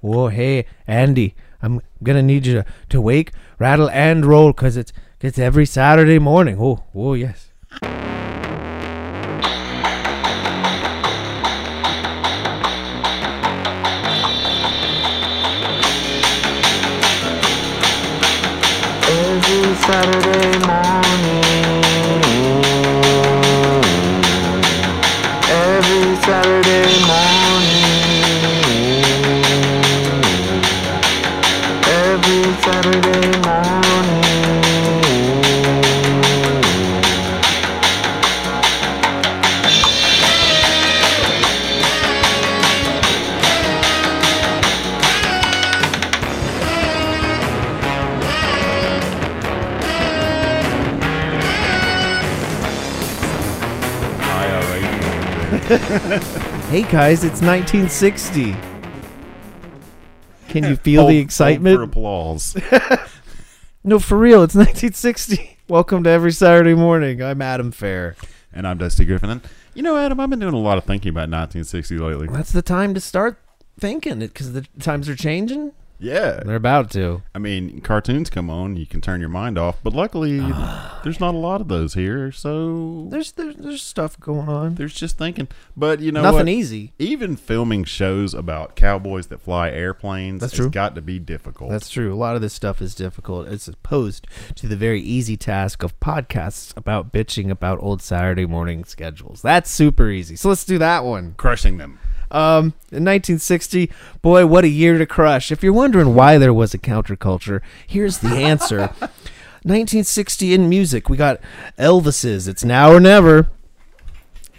Whoa, hey, Andy, I'm gonna need you to, to wake, rattle, and roll, cause it's it's every Saturday morning. Oh, oh yes. Every Saturday morning. Every Saturday morning. Every Saturday morning. Hey guys, it's 1960. Can you feel the for excitement? applause. No, for real, it's 1960. Welcome to every Saturday morning. I'm Adam Fair. and I'm Dusty Griffin. And you know, Adam, I've been doing a lot of thinking about 1960 lately. That's the time to start thinking, because the times are changing. Yeah. They're about to. I mean, cartoons come on, you can turn your mind off, but luckily there's not a lot of those here, so There's there's, there's stuff going on. there's just thinking. But you know Nothing e-, what? easy. Even filming shows about cowboys that fly airplanes That's has true. got to be difficult. That's true. A lot of this stuff is difficult as opposed to the very easy task of podcasts about bitching about old Saturday morning schedules. That's super easy. So let's do that one. crushing them. Um, in 1960, boy, what a year to crush. If you're wondering why there was a counterculture, here's the answer. 1960 in music, we got Elvis's It's Now or Never.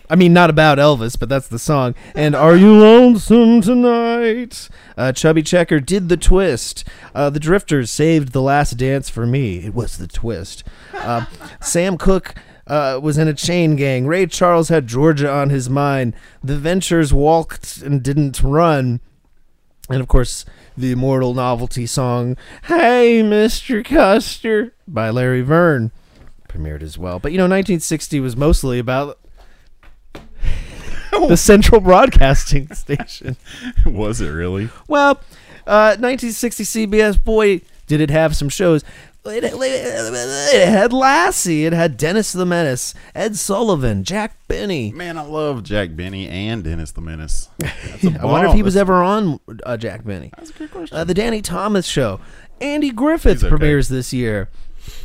I mean, not about Elvis, but that's the song. And Are You Lonesome Tonight? Uh, Chubby Checker did the twist. Uh, the Drifters saved The Last Dance for me. It was the twist. Uh, Sam Cooke uh, was in a chain gang. Ray Charles had Georgia on his mind. The Ventures walked and didn't run. And of course, the immortal novelty song, Hey, Mr. Custer, by Larry Verne, premiered as well. But you know, 1960 was mostly about the Central Broadcasting Station. Was it really? Well, uh, 1960 CBS, boy, did it have some shows. It, it- it had Lassie, it had Dennis the Menace, Ed Sullivan, Jack Benny. Man, I love Jack Benny and Dennis the Menace. That's a I wonder if he bomb. was ever on uh, Jack Benny. That's a good question. Uh, the Danny Thomas Show. Andy Griffith He's okay. premieres this year.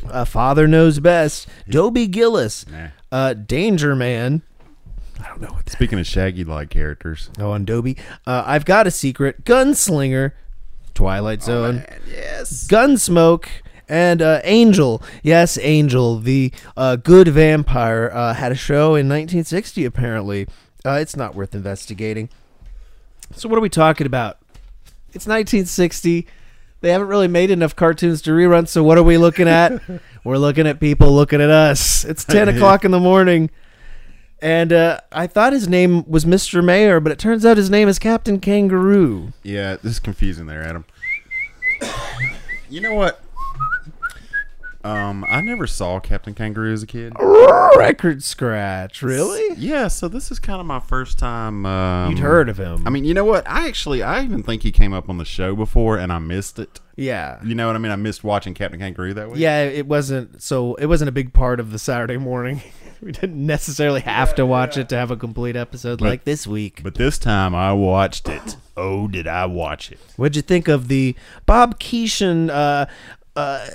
Uh, Father Knows Best. Dobie Gillis. Nah. Uh, Danger Man. I don't know what that. Speaking of Shaggy-like characters, Oh, on Dobie. Uh, I've Got a Secret. Gunslinger. Oh, Twilight Zone. yes, Gunsmoke. And uh, Angel, yes, Angel, the uh, good vampire, uh, had a show in 1960. Apparently, uh, it's not worth investigating. So, what are we talking about? It's 1960. They haven't really made enough cartoons to rerun. So what are we looking at? We're looking at people looking at us. It's 10 o'clock in the morning. And uh, I thought his name was Mr. Mayor, but it turns out his name is Captain Kangaroo. Yeah, this is confusing there, Adam. you know what? Um, I never saw Captain Kangaroo as a kid. Record scratch, Oh, really? Yeah, so this is kind of my first time. Um, You'd heard of him. I mean, you know what? I actually, I even think he came up on the show before, and I missed it. yeah, You know what I mean? I missed watching Captain Kangaroo that way. yeah. It wasn't so. It wasn't a big part of the Saturday morning. we didn't necessarily have to watch it to have a complete episode like this week. But this time I watched it. Oh, did I watch it? What'd you think of the Bob Keeshan uh, uh,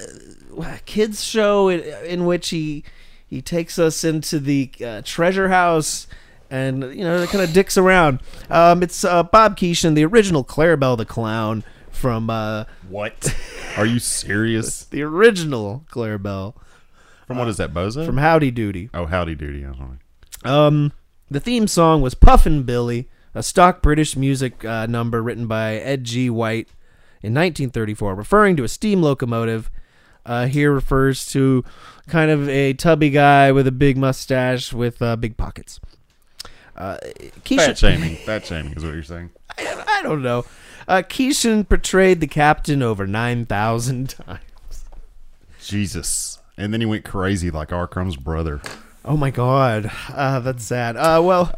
kids show in, in which he he takes us into the uh, treasure house and you know kind of dicks around. Um, it's uh, Bob Keeshan, the original Clarabelle the clown from uh, What? Are you serious? the original Clarabelle From what is that, Bozo? from Howdy Doody. oh, Howdy Doody. I don't know. Um, the theme song was Puffin' Billy, a stock British music uh, number written by Ed G. White in 1934, referring to a steam locomotive. Uh, here refers to kind of a tubby guy with a big mustache with uh, big pockets. Uh, Fat Keisha, shaming. Fat shaming is what you're saying. I, I don't know. Uh, Keishan portrayed the captain over 9,000 times. Jesus. And then he went crazy like R. Crumb's brother. Oh my God, uh, that's sad. Uh, well,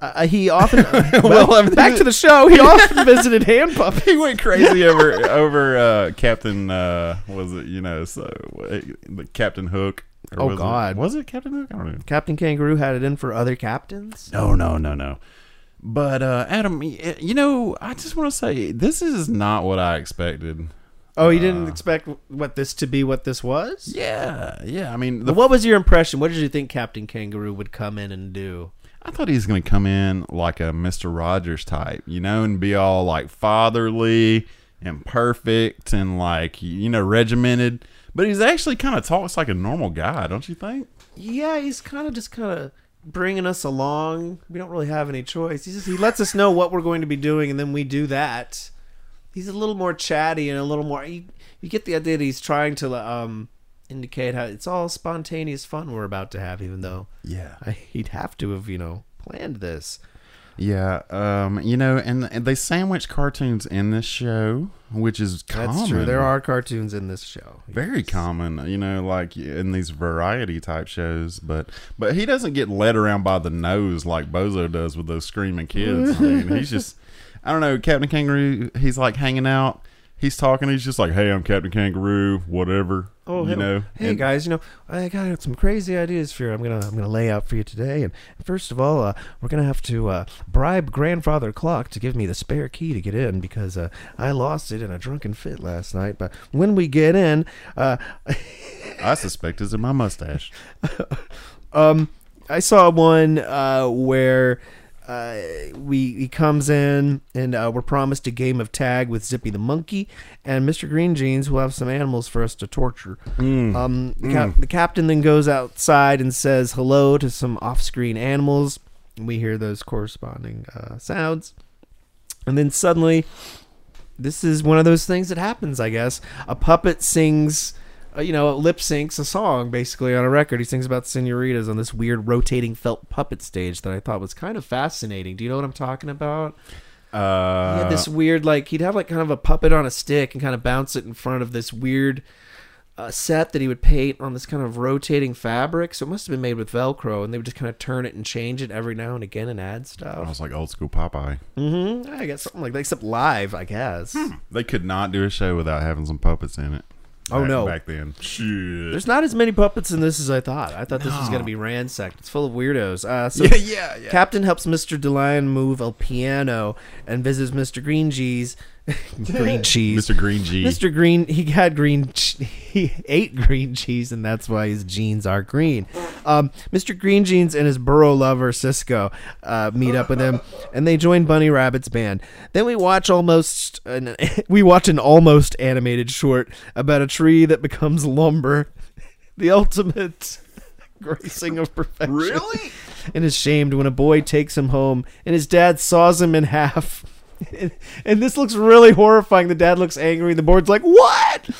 uh, he often. well, Well, I mean- back to the show. He often visited hand puppets. He went crazy over over uh, Captain. Uh, was it you know so uh, Captain Hook? or Oh, was it- God. was it Captain Hook? I don't know. Captain Kangaroo had it in for other captains. No, no, no, no. But uh, Adam, y- you know, I just want to say this is not what I expected. Oh, you didn't Uh. expect what this to be what this was? Yeah, yeah. I mean, But the, What was your impression? What did you think Captain Kangaroo would come in and do? I thought he was going to come in like a Mister Rogers type, you know, and be all like fatherly and perfect and like you know regimented. But he's actually kind of talks like a normal guy, don't you think? Yeah, he's kind of just kind of bringing us along. We don't really have any choice. He just he lets us know what we're going to be doing, and then we do that. He's a little more chatty and a little more. You, you get the idea that he's trying to um indicate how it's all spontaneous fun we're about to have, even though Yeah. I, he'd have to have you know planned this. Yeah, um, you know, and, and they sandwich cartoons in this show, which is common. That's true. There are cartoons in this show. very common, you know, like in these variety type shows. But but he doesn't get led around by the nose like Bozo does with those screaming kids. I mean, he's just, I don't know, Captain Kangaroo. He's like hanging out. He's talking. He's just like, "Hey, I'm Captain Kangaroo. Whatever." Oh, you hey, know. hey And- guys, you know, I got some crazy ideas for you. I'm gonna I'm gonna lay out for you today. And first of all, uh, we're gonna have to uh, bribe grandfather clock to give me the spare key to get in because uh, I lost it in a drunken fit last night. But when we get in, uh, I suspect it's in my mustache. um, I saw one uh, where. Uh, we he comes in and uh, we're promised a game of tag with Zippy the monkey, and Mr. Green Jeans will have some animals for us to torture. Mm. Hmm. Um, the, cap- the captain then goes outside and says hello to some off-screen animals. And we hear those corresponding uh, sounds, and then suddenly, this is one of those things that happens. I guess a puppet sings, uh, you know, lip syncs a song basically on a record. He sings about senoritas on this weird rotating felt puppet stage that I thought was kind of fascinating. Do you know what I'm talking about? He Uh, had this weird, like he'd have like kind of a puppet on a stick and kind of bounce it in front of this weird uh, set that he would paint on this kind of rotating fabric. So it must have been made with Velcro, and they would just kind of turn it and change it every now and again and add I stuff. was like old school Popeye. Mm-hmm. I guess something like that, except live, I guess. They could not do a show without having some puppets in it. Oh, Back- no. Back then, shit. There's not as many puppets in this as I thought. I thought this was going to be ransacked. It's full of weirdos. Uh, so yeah, yeah, yeah. Captain helps Mr. DeLion move a piano and visits Mr. Green Cheese. Green Cheese. Mr. Green G. Mr. Green, he had green, ch- he ate green cheese, and that's why his jeans are green. Um, Mr. Green Jeans and his burro lover Cisco uh, meet up with him, and they join Bunny Rabbit's band. Then we watch almost, an, we watch an almost animated short about a tree that becomes lumber, the ultimate gracing of perfection. Really? And is shamed when a boy takes him home and his dad saws him in half. And, and this looks really horrifying. The dad looks angry. The board's like, "What?"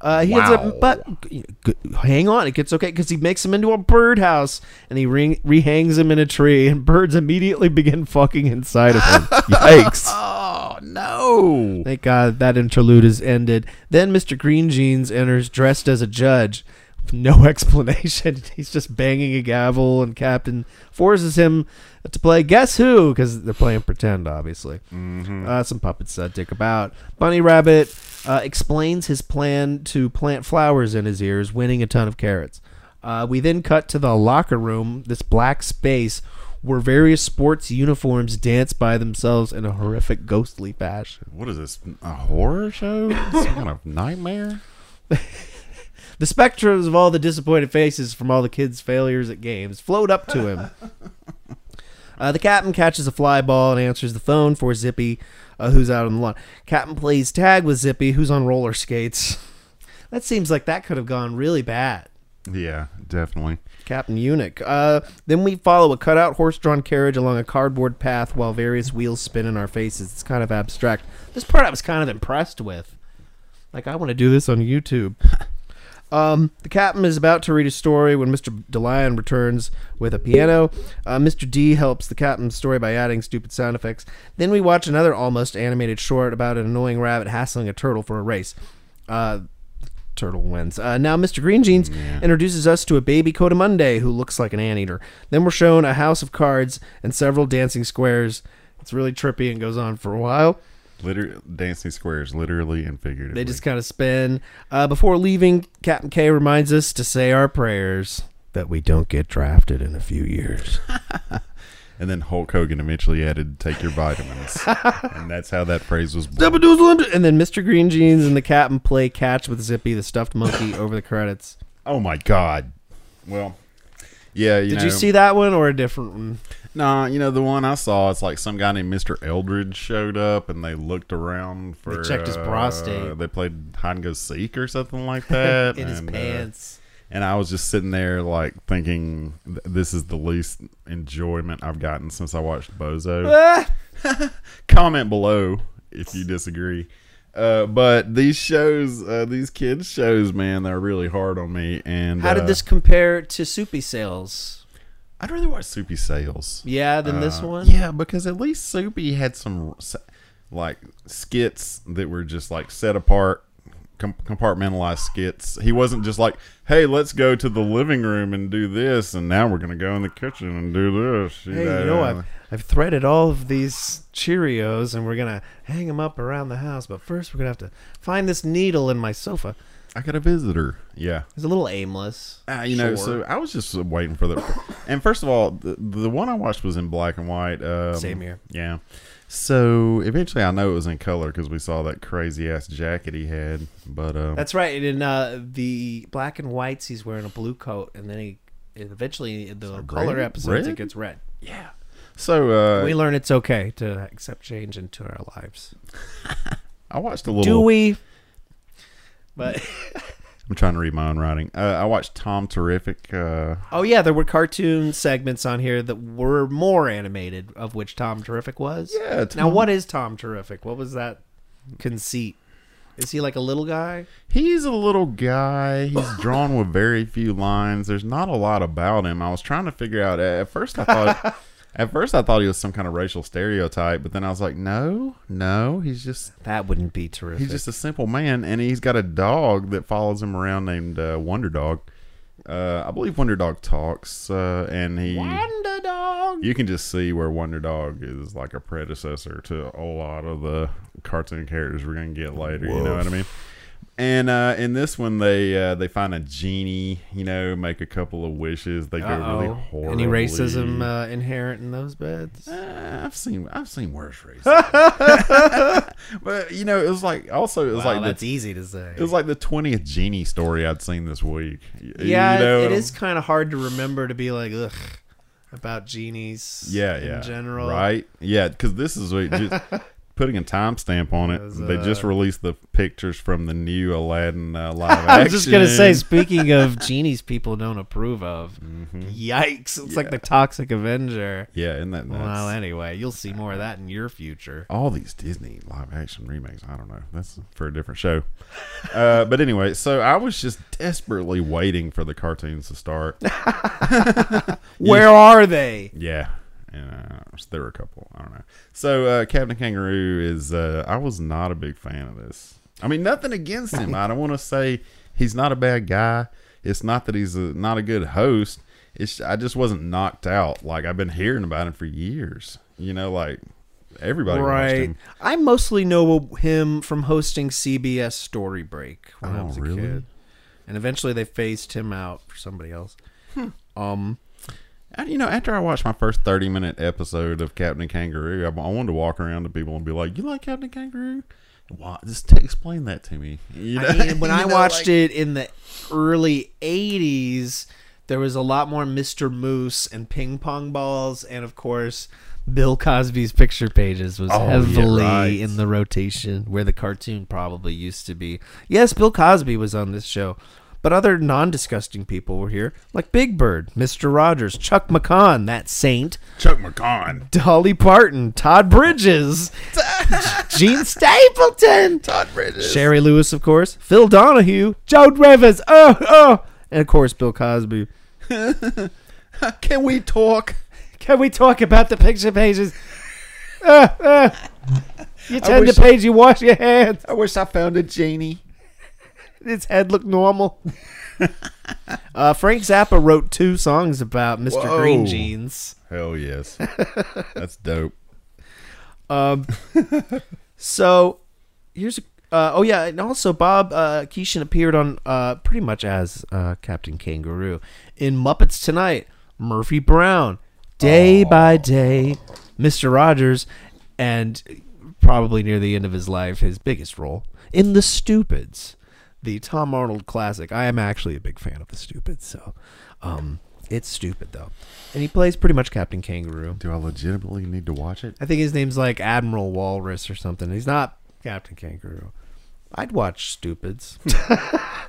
Uh, he ends Wow. up, but g- g- hang on, it gets okay because he makes him into a birdhouse and he re- rehangs him in a tree, and birds immediately begin fucking inside of him. Yikes! Oh no! Thank God that interlude is ended. Then Mr. Green Jeans enters dressed as a judge. with No explanation. He's just banging a gavel, and Captain forces him to play Guess Who because they're playing pretend, obviously. Uh, some puppets uh, dick about. Bunny Rabbit uh, explains his plan to plant flowers in his ears, winning a ton of carrots. Uh, we then cut to the locker room, this black space where various sports uniforms dance by themselves in a horrific, ghostly fashion. What is this? A horror show? Some kind of nightmare? The spectrums of all the disappointed faces from all the kids' failures at games float up to him. Uh, the captain catches a fly ball and answers the phone for Zippy, uh, who's out on the lawn. Captain plays tag with Zippy, who's on roller skates. That seems like that could have gone really bad. Yeah, definitely. Captain Eunuch. Uh, then we follow a cutout horse drawn carriage along a cardboard path while various wheels spin in our faces. It's kind of abstract. This part I was kind of impressed with. Like, I want to do this on YouTube. Um, the captain is about to read a story when Mr. DeLion returns with a piano. Uh, Mr. D helps the captain's story by adding stupid sound effects. Then we watch another almost animated short about an annoying rabbit hassling a turtle for a race. Uh, turtle wins. Uh, now, Mr. Green Jeans introduces us to a baby Coda Monday who looks like an anteater. Then we're shown a house of cards and several dancing squares. It's really trippy and goes on for a while. Liter- dancing squares, literally and figuratively. They just kind of spin. Uh, before leaving, Captain K reminds us to say our prayers that we don't get drafted in a few years. and then Hulk Hogan eventually added, "Take your vitamins," and that's how that phrase was born. Dabba-doozle- And then Mr. Green Jeans and the Captain play catch with Zippy, the stuffed monkey, over the credits. Oh my god! Well, yeah. You Did know, you see that one or a different one? Nah, you know the one I saw. It's like some guy named Mister Eldridge showed up, and they looked around for. checked his uh, prostate. They played hide and go seek or something like that. In his and, uh, pants. and I was just sitting there like thinking, th- this is the least enjoyment I've gotten since I watched Bozo. Ah! Comment below if you disagree. Uh, but these shows, uh, these kids shows, man, they're really hard on me. And How uh, did this compare to Soupy Sales? I'd rather watch Soupy Sales. Yeah, than this Uh, one? Yeah, because at least Soupy had some s- like skits that were just like set apart, com- compartmentalized skits. He wasn't just like, "Hey, let's go to the living room and do this, and now we're gonna go in the kitchen and do this." Hey, you know, I've, I've threaded all of these Cheerios and we're going to hang them up around the house. But first, we're going to have to find this needle in my sofa. I got a visitor. Yeah. It's a little aimless. Uh, you know, Sure. so I was just uh, waiting for the. and first of all, the, the one I watched was in black and white. Um, Same here. Yeah. So eventually, I know it was in color because we saw that crazy ass jacket he had. But um, That's right. And in uh, the black and whites, he's wearing a blue coat, and then he and eventually in the color red? episodes it Red? gets red. so uh, we learn it's okay to accept change into our lives. I watched a little. Do we? But I'm trying to read my own writing. Uh, I watched Tom Terrific. Uh, oh yeah, there were cartoon segments on here that were more animated, of which Tom Terrific was. Yeah, Now Tom- what is Tom Terrific? What was that conceit? Is he like a little guy? he's a little guy. He's drawn with very few lines. There's not a lot about him. I was trying to figure out. At first, I thought. at first, I thought he was some kind of racial stereotype. But then I was like, no, no. He's just That wouldn't be terrific. he's just a simple man, and he's got a dog that follows him around named uh, Wonder Dog. Uh, I believe Wonder Dog talks, uh, and he. Wonder Dog. you can just see where Wonder Dog is like a predecessor to a lot of the cartoon characters we're gonna get later. You know what I mean? And uh, in this one, they uh, they find a genie. You know, make a couple of wishes. They go really Uh-oh. horribly. Any racism uh, inherent in those beds? Uh, I've seen I've seen worse racism. but you know, it was like also it was Wow, like that's the, easy to say. it was like the twentieth genie story I'd seen this week. Y- yeah, you know, it is kind of hard to remember to be like, ugh, about genies. Yeah, in yeah. general, right? Yeah, because this is what just putting a timestamp on it. was, they just uh, released the pictures from the new Aladdin uh, live action. I was just gonna say, speaking of genies, people don't approve of. Mm-hmm. Yikes! It's like the Toxic Avenger. yeah, isn't that nuts? Well, anyway, you'll see more of that in your future. all these Disney live action remakes. I don't know. That's for a different show. Uh, but anyway, so I was just desperately waiting for the cartoons to start. Where are they? Yeah. And uh, there were a couple. I don't know. So uh, Captain Kangaroo is. Uh, I was not a big fan of this. I mean, nothing against him. I don't want to say he's not a bad guy. It's not that he's a, not a good host. It's I just wasn't knocked out. Like I've been hearing about him for years. You know, like everybody watched Right. him. I mostly know him from hosting CBS Story Break when I Oh, was a really? kid, and eventually they phased him out for somebody else. Um. And, you know, after I watched my first thirty-minute episode of Captain Kangaroo, I, I wanted to walk around to people and be like, "You like Captain Kangaroo? Why? Just t- explain that to me." You know? I mean, when You I know, watched like- it in the early 80s, there was a lot more Mr. Moose and ping pong balls. And of course, Bill Cosby's picture pages was Oh, yeah, heavily right. in the rotation where the cartoon probably used to be. Yes, Bill Cosby was on this show. But other non disgusting people were here, like Big Bird, Mr. Rogers, Chuck McCon, that saint, Chuck McCon. Dolly Parton, Todd Bridges, Gene Stapleton, Todd Bridges. Sherry Lewis, of course. Phil Donahue. Joe Rivers. Oh, oh. And of course, Bill Cosby. Can we talk? Can we talk about the picture pages? Uh, uh. You turn the wish- page, you wash your hands. I wish I found a genie. His head looked normal. uh, Frank Zappa wrote two songs about Mr. Whoa. Green Jeans. Hell yes. That's dope. Um, so here's a. Uh, oh yeah, and also Bob uh, Keeshan appeared on uh, pretty much as uh, Captain Kangaroo in Muppets Tonight. Murphy Brown, Day by Day, Mister Rogers, and probably near the end of his life, his biggest role in The Stupids, the Tom Arnold classic. I am actually a big fan of The Stupids, so um, it's stupid though, and he plays pretty much Captain Kangaroo. Do I legitimately need to watch it? I think his name's like Admiral Walrus or something. He's not Captain Kangaroo. I'd watch Stupids.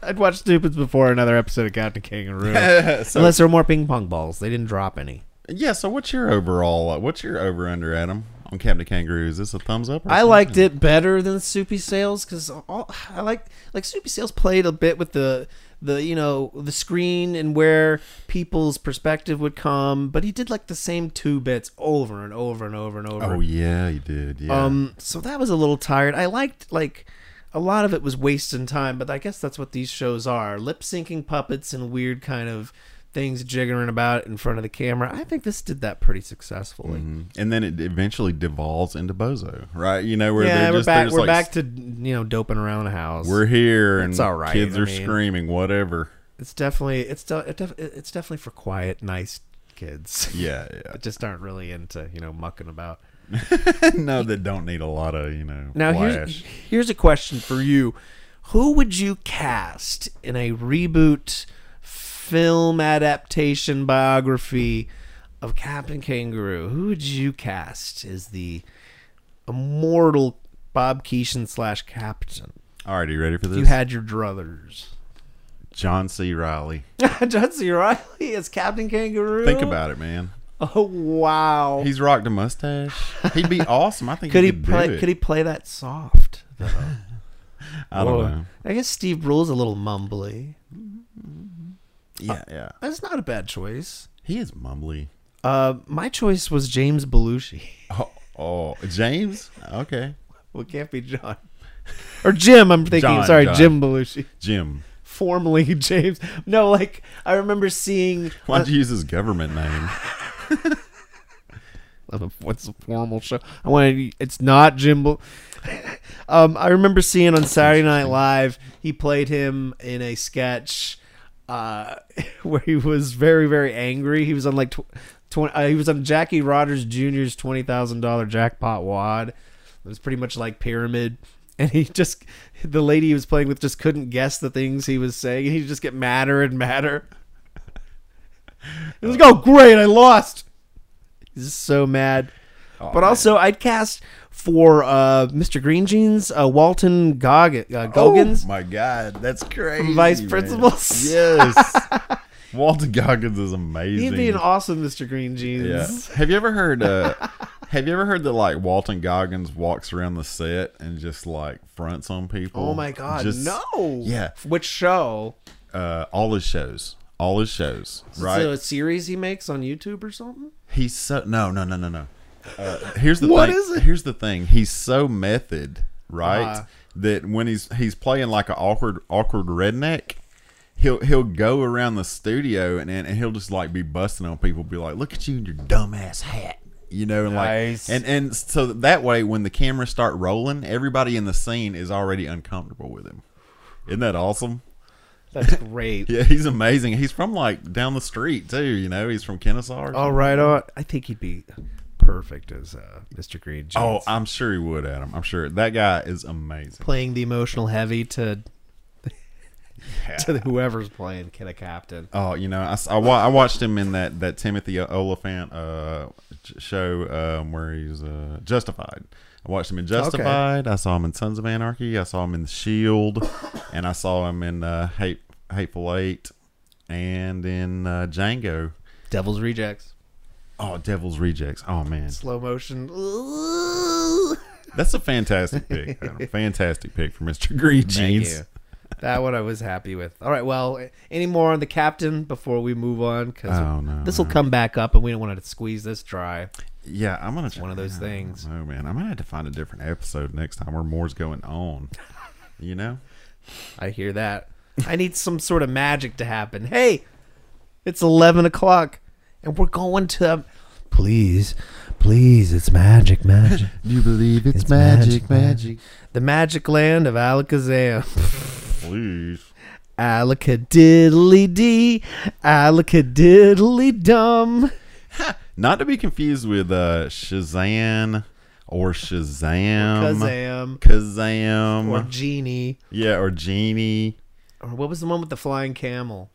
I'd watch Stupids before another episode of Captain Kangaroo. So- Unless there were more ping pong balls. They didn't drop any. yeah. So what's your overall? Uh, what's your over under, Adam? On Captain Kangaroo, is this a thumbs up? Or I thumbs liked down? it better than Soupy Sales because I like like Soupy Sales played a bit with the the you know the screen and where people's perspective would come, but he did like the same two bits over and over and over and over. Oh yeah, you did. Yeah. Um, so that was a little tired. I liked like a lot of it was wasting time, but I guess that's what these shows are: lip syncing puppets and weird kind of things jiggering about in front of the camera. I think this did that pretty successfully. Mm-hmm. and then it eventually devolves into Bozo, right? You know where Yeah, they're we're just, they're back. just We're like, back to you know doping around the house. We're here, and It's all right, kids I are mean. screaming, whatever. it's definitely it's de- it def- it's definitely for quiet, nice kids. Yeah, yeah. that just aren't really into you know mucking about. no, that don't need a lot of you know Now here's, flash. here's a question for you: Who would you cast in a reboot film adaptation biography of Captain Kangaroo? Who would you cast as the immortal Bob Keeshan slash Captain? All right, you ready for this? If you had your druthers. John C. Riley. John C. Riley as Captain Kangaroo. Think about it, man. Oh wow! He's rocked a mustache. He'd be awesome. I think could he could play? Do it. Could he play that soft? though? I don't Or- know. I guess Steve Rule's a little mumbly. Yeah, yeah. That's not a bad choice. Uh, He is mumbly. Uh, my choice was James Belushi. Oh, oh, James. Okay, Well, it can't be John or Jim. I'm thinking. John, sorry, John. Jim Belushi, Jim. formerly James. No, like I remember seeing. Why'd you use his government name? Uh, What's a formal show? I want. to- It's not Jim. Bel- um, I remember seeing on Saturday Night Live. He played him in a sketch. Uh, where he was very, very angry. He was on like tw- twenty. Uh, he was on Jackie Rogers Jr.'s twenty thousand dollar jackpot wad. It was pretty much like pyramid, and he just the lady he was playing with just couldn't guess the things he was saying, and he'd just get madder and madder. He was like, "Oh, great, I lost." He's so mad. Oh, but also, I'd cast for uh, Mr. Green Jeans, uh, Walton Goggins, uh, Goggins. Oh my God, that's crazy. Vice man. principals. Yes. Walter Goggins is amazing. He'd be an awesome Mr. Green Jeans. Yeah. Have you ever heard? Uh, have you ever heard that like Walton Goggins walks around the set and just like fronts on people? Oh my god, Just- no. Yeah. Which show? Uh, all his shows. All his shows. Right. Right. a series he makes on YouTube or something? He's so no no no no no. Uh, here's the What thing. is it? Here's the thing. He's so method, right? Uh-huh. that when he's he's playing like an awkward awkward redneck, he'll he'll go around the studio and and, and he'll just like be busting on people, be like, "Look at you in your dumbass hat." You know, and Nice. like, and and so that way, when the cameras start rolling, everybody in the scene is already uncomfortable with him. Isn't that awesome? That's great. Yeah, he's amazing. He's from like down the street too. You know, he's from Kennesaw. or All right, on. I think he'd be perfect as uh, Mr. Green Jeans. Oh, I'm sure he would, Adam. I'm sure that guy is amazing. playing the emotional heavy to Yeah. to whoever's playing Kid a Captain. Oh, you know, I, s- I wa- I watched him in that that Timothy Oliphant uh, j- show um, where he's uh, Justified. I watched him in Justified. I saw him in Sons of Anarchy. I saw him in The Shield, and I saw him in uh, Hate Hateful Eight, and in uh, Django. Devil's Rejects. Oh, Devil's Rejects. Oh man, Slow motion. that's a fantastic pick. Adam. Fantastic pick for Mister Green Thank Jeans. you. That one I was happy with. All right, well, any more on the captain before we move on? Because Uh, Oh, no, this will come back up, and we don't want to squeeze this dry. Yeah, I'm gonna. It's one of those things. Oh man, I'm gonna have to find a different episode next time where more's going on. You know, I hear that. I need some sort of magic to happen. Hey, it's 11 o'clock and we're going to. um, Please, please, it's magic, magic. You believe it's, It's magic, magic, magic. magic. the magic land of Alakazam. Please. Alakadiddly dee, alakadiddly dum. Not to be confused with uh, Shazam or Shazam. Kazam. Kazam. Or Genie. yeah, or Genie. Or what was the one with the flying camel?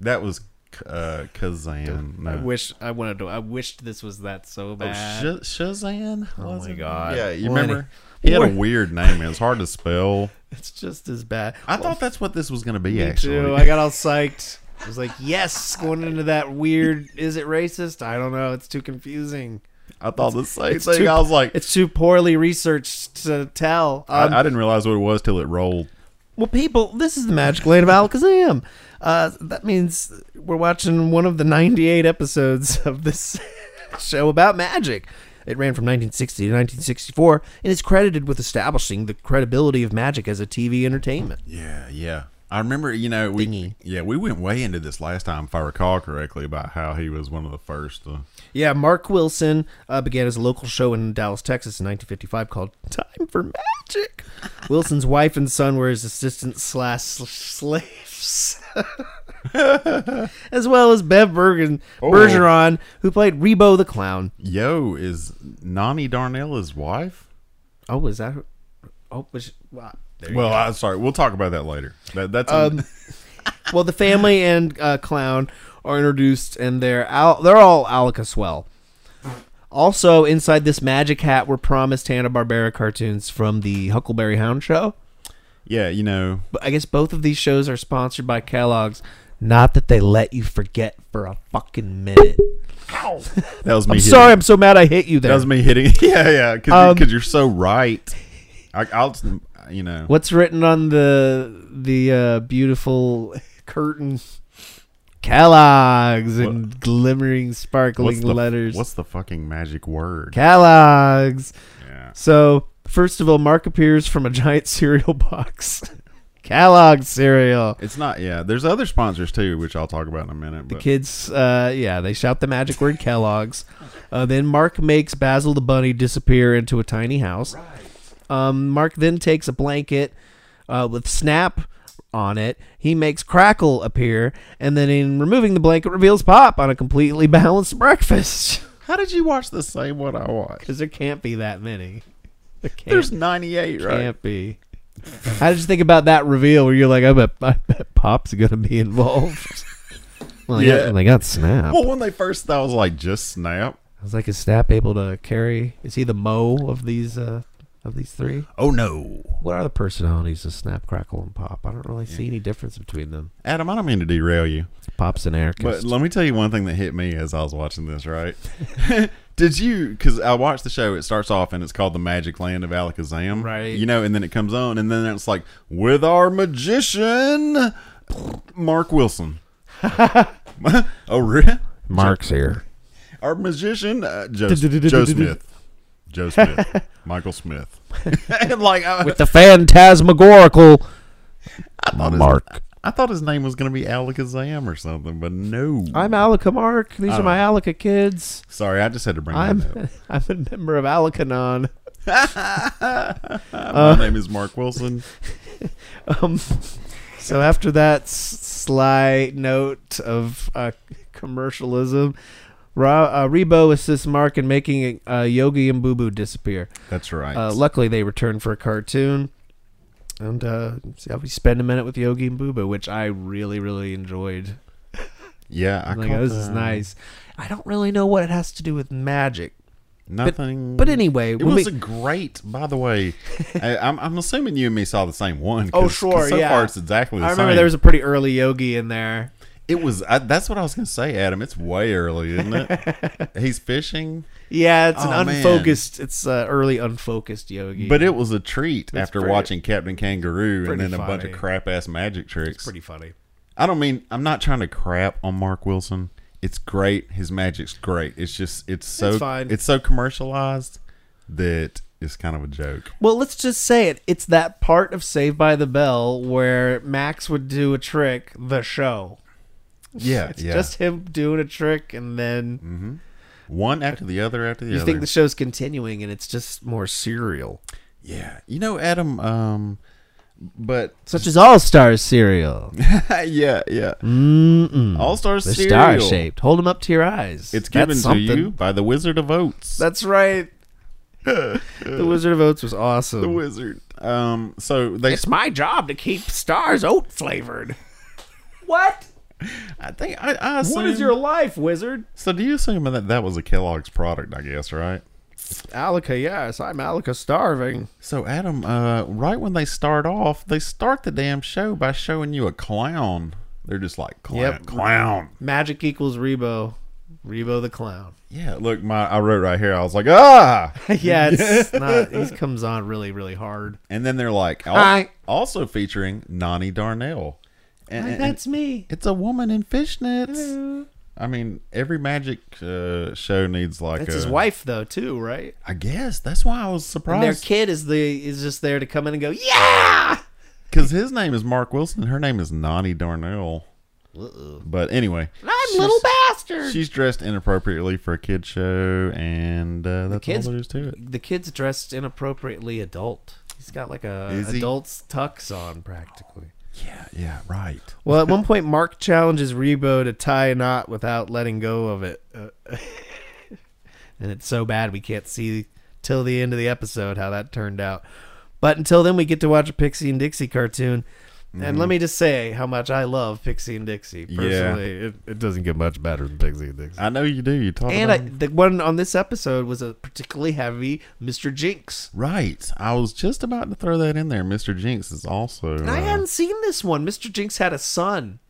That was uh, Kazam. I No. wish I wanted to. I wished this was that so Oh, bad. Sh- Shazam? Oh was my it? God. Yeah, you What? remember? He had a What? weird name. It was hard to spell. It's just as bad. Oh, I thought that's what this was going to be, Me actually. too. I got all psyched. I was like, yes, going into that weird. Is it racist? I don't know. It's too confusing. I thought the same it's thing. too- I was like, It's too poorly researched to tell. Um, I, I didn't realize what it was till it rolled. Well, people, this is the Magic Land of Alakazam. Uh, that means we're watching one of the 98 episodes of this show about magic. It ran from 1960 to 1964 and is credited with establishing the credibility of magic as a TV entertainment. Yeah, yeah. I remember, you know, we Thingy. yeah we went way into this last time, if I recall correctly, about how he was one of the first. Uh, Yeah, Mark Wilson uh, began his local show in Dallas, Texas in 1955 called Time for Magic. Wilson's wife and son were his assistants slash sl- slaves. as well as Bev Bergen, Bergeron, who played Rebo the Clown. Yo, is Nani Darnell his wife? Oh, is that... Who? Oh, was she- wow. There you Well, go. I'm sorry. We'll talk about that later. That, that's Um, well, the family and uh, clown are introduced, and they're al- they're all Alaka swell. Also, inside this magic hat were promised Hanna Barbera cartoons from the Huckleberry Hound show. yeah, you know, But I guess both of these shows are sponsored by Kellogg's. Not that they let you forget for a fucking minute. that was me. I'm hitting- sorry, I'm so mad I hit you there. that was me hitting. Yeah, yeah, because Um, you're so right. I, I'll, you know, What's written on the the uh, beautiful curtain? Kellogg's in glimmering, sparkling the letters. What's the fucking magic word? Kellogg's. Yeah. So, first of all, Mark appears from a giant cereal box. Kellogg's cereal. It's not. Yeah, there's other sponsors too, which I'll talk about in a minute. The But kids, uh, yeah, they shout the magic word Kellogg's. Uh, then Mark makes Basil the bunny disappear into a tiny house. Um, Mark then takes a blanket uh, with Snap on it. He makes Crackle appear, and then in removing the blanket, reveals Pop on a completely balanced breakfast. how did you watch the same one I watched? Because there can't be that many. There can't There's 98, right? Can't be. How did you think about that reveal where you're like, I bet, I bet Pop's gonna be involved? well, yeah, Yeah. got, they got Snap. Well, when they first, I was like, just snap. I was like, is Snap able to carry? Is he the mo of these uh, of these three? Oh no, What are the personalities of Snap, Crackle, and Pop? I don't really see any difference between them. Adam, I don't mean to derail you, Pop's an but anarchist. let me tell you one thing that hit me as I was watching this. Right? did you? Because I watched the show. It starts off and it's called the Magic Land of Alakazam, Right. You know, and then it comes on, and then it's like with our magician, Mark Wilson. oh, really? Mark's here. Our magician, uh, Joe, Joe Smith. Joe Smith. Michael Smith. and like, uh, I, With the phantasmagorical thought his- Mark. I thought his name was going to be Alakazam or something, but no. I'm Alaka Mark. These are my Alaka kids. Sorry, I just had to bring that I'm I'm a member of Alakanon. up. My name is Mark Wilson. Um, so after that s- sly note of uh, commercialism, Ra- uh, Rebo assists Mark in making uh, Yogi and Boo Boo disappear. That's right. Uh, luckily, they return for a cartoon. And uh, see how we spend a minute with Yogi and Boo Boo, which I really, really enjoyed. yeah, I I'm like, caught oh, this is that. nice. I don't really know what it has to do with magic. Nothing. But anyway, It when was we- a great, by the way. I, I'm, I'm assuming you and me saw the same one. 'cause- Oh, 'cause sure, So yeah. far, it's exactly the I remember same. there was a pretty early Yogi in there. it was. I, that's what I was going to say, Adam. It's way early, isn't it? He's fishing. Yeah, it's Oh, an man. unfocused. It's uh, early unfocused Yogi. But it was a treat after pretty- watching Captain Kangaroo and pretty then a bunch of funny. crap ass magic tricks. pretty funny. I don't mean I'm not trying to crap on Mark Wilson. It's great. His magic's great. It's just it's so It's fine. so commercialized that is kind of a joke. Well, let's just say it. It's that part of Saved by the Bell where Max would do a trick, the show. Yeah, It's yeah. Mm-hmm. just him doing a trick, and then one after the other after the you other. think the show's continuing, and it's just more serial. yeah, you know Adam. Um, but Such as All Stars cereal. yeah, yeah. Mm-mm. All Star They're star cereal. shaped. Hold them up to your eyes. That's It's given to something. you by the Wizard of Oats. That's right. the Wizard of Oats was awesome. the wizard. Um, so they. it's my job to keep stars oat flavored. what? I think I. I assume, What is your life, Wizard? So do you assume that that was a Kellogg's product? I guess right. Alika, yes, I'm Alika starving. So Adam, uh, right when they start off, they start the damn show by showing you a clown. They're just like clown, Yep. clown. Magic equals Rebo. Rebo the clown. Yeah, look, my I wrote right here. I was like, ah, yeah, it's not. He comes on really, really hard. and then they're like, al- Hi. also featuring Nani Darnell, and, and- that's me. it's a woman in fishnets. I mean, every magic uh, show needs like That's a, his wife, though, too, right? I guess that's why I was And their surprised kid is the is just there to come in and go, yeah. because his name is Mark Wilson. Her name is Nani Darnell. But anyway, I'm little bastard. She's dressed inappropriately for a kid show, and uh, that's kid's- all there is to it. the kid's dressed inappropriately adult. He's got like a Is he? adult's tux on practically. Yeah, yeah, right. Well, at one point, Mark challenges Rebo to tie a knot without letting go of it, Uh, and it's so bad we can't see till the end of the episode how that turned out. But until then, we get to watch a Pixie and Dixie cartoon. And let me just say how much I love Pixie and Dixie. Yeah. Personally, it, it doesn't get much better than Pixie and Dixie. I know you do. You talk and I, about the one on this episode was a particularly heavy Mr. Jinx. right. I was just about to throw that in there. Mr. Jinx is also. And I uh, hadn't seen this one. Mr. Jinx had a son.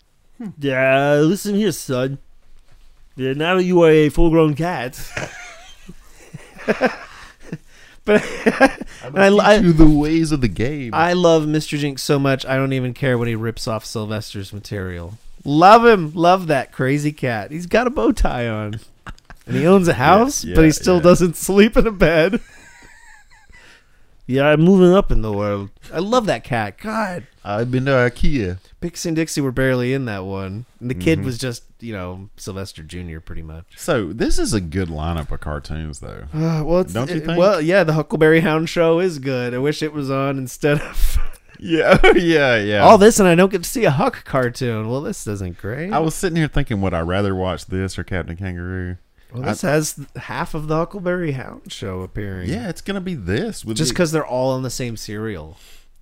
Yeah, listen here, son. Yeah, now you are a full-grown cat. but and I, teach I, you the ways of the game. I love Mr. Jinx so much. I don't even care when he rips off Sylvester's material. Love him. Love that crazy cat. He's got a bow tie on, and he owns a house, but yeah, he still yeah. doesn't sleep in a bed. yeah, I'm moving up in the world. I love that cat. God. I've been to IKEA. Pixie and Dixie were barely in that one. And the Mm-hmm. kid was just, you know, Sylvester Jr. pretty much. So this is a good lineup of cartoons, though. Uh, well, it's, Don't you it- think? well, yeah, the Huckleberry Hound show is good. I wish it was on instead of yeah, yeah, yeah. all this, and I don't get to see a Huck cartoon. Well, this isn't great. I was sitting here thinking, would I rather watch this or Captain Kangaroo? well, this has half of the Huckleberry Hound show appearing. Yeah, it's gonna be this. With just the- because they're all on the same cereal.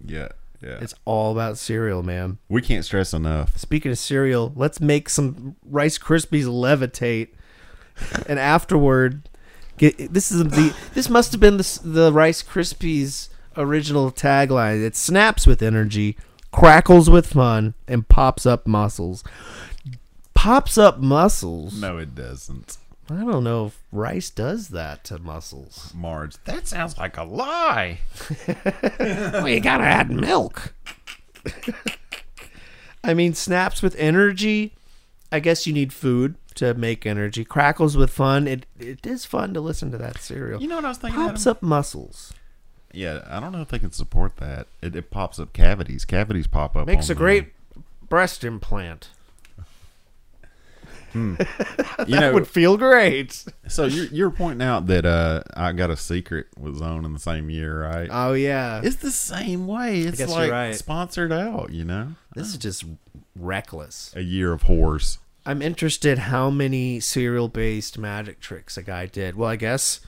yeah, yeah. It's all about cereal, man. we can't stress enough. Speaking of cereal, let's make some Rice Krispies levitate, and afterward, get this is the this must have been the, s- the Rice Krispies original tagline. It snaps with energy, crackles with fun, and pops up muscles. Pops up muscles. No, it doesn't, I don't know if rice does that to muscles. Marge. That sounds like a lie. well, you gotta add milk. I mean, snaps with energy. I guess you need food to make energy. Crackles with fun. It it is fun to listen to that cereal. You know what I was thinking? Pops Adam? up muscles. Yeah, I don't know if they can support that. It, it pops up cavities. Cavities pop up. Makes on a great breast implant. The, you know, Would feel great. so you're, you're pointing out that uh, I got a secret was on in the same year, right? Oh yeah. Uh, it's the same way. It's guess you're like right. sponsored out. You know, this is just reckless. a year of whores. I'm interested how many cereal based magic tricks a guy did. Well, I guess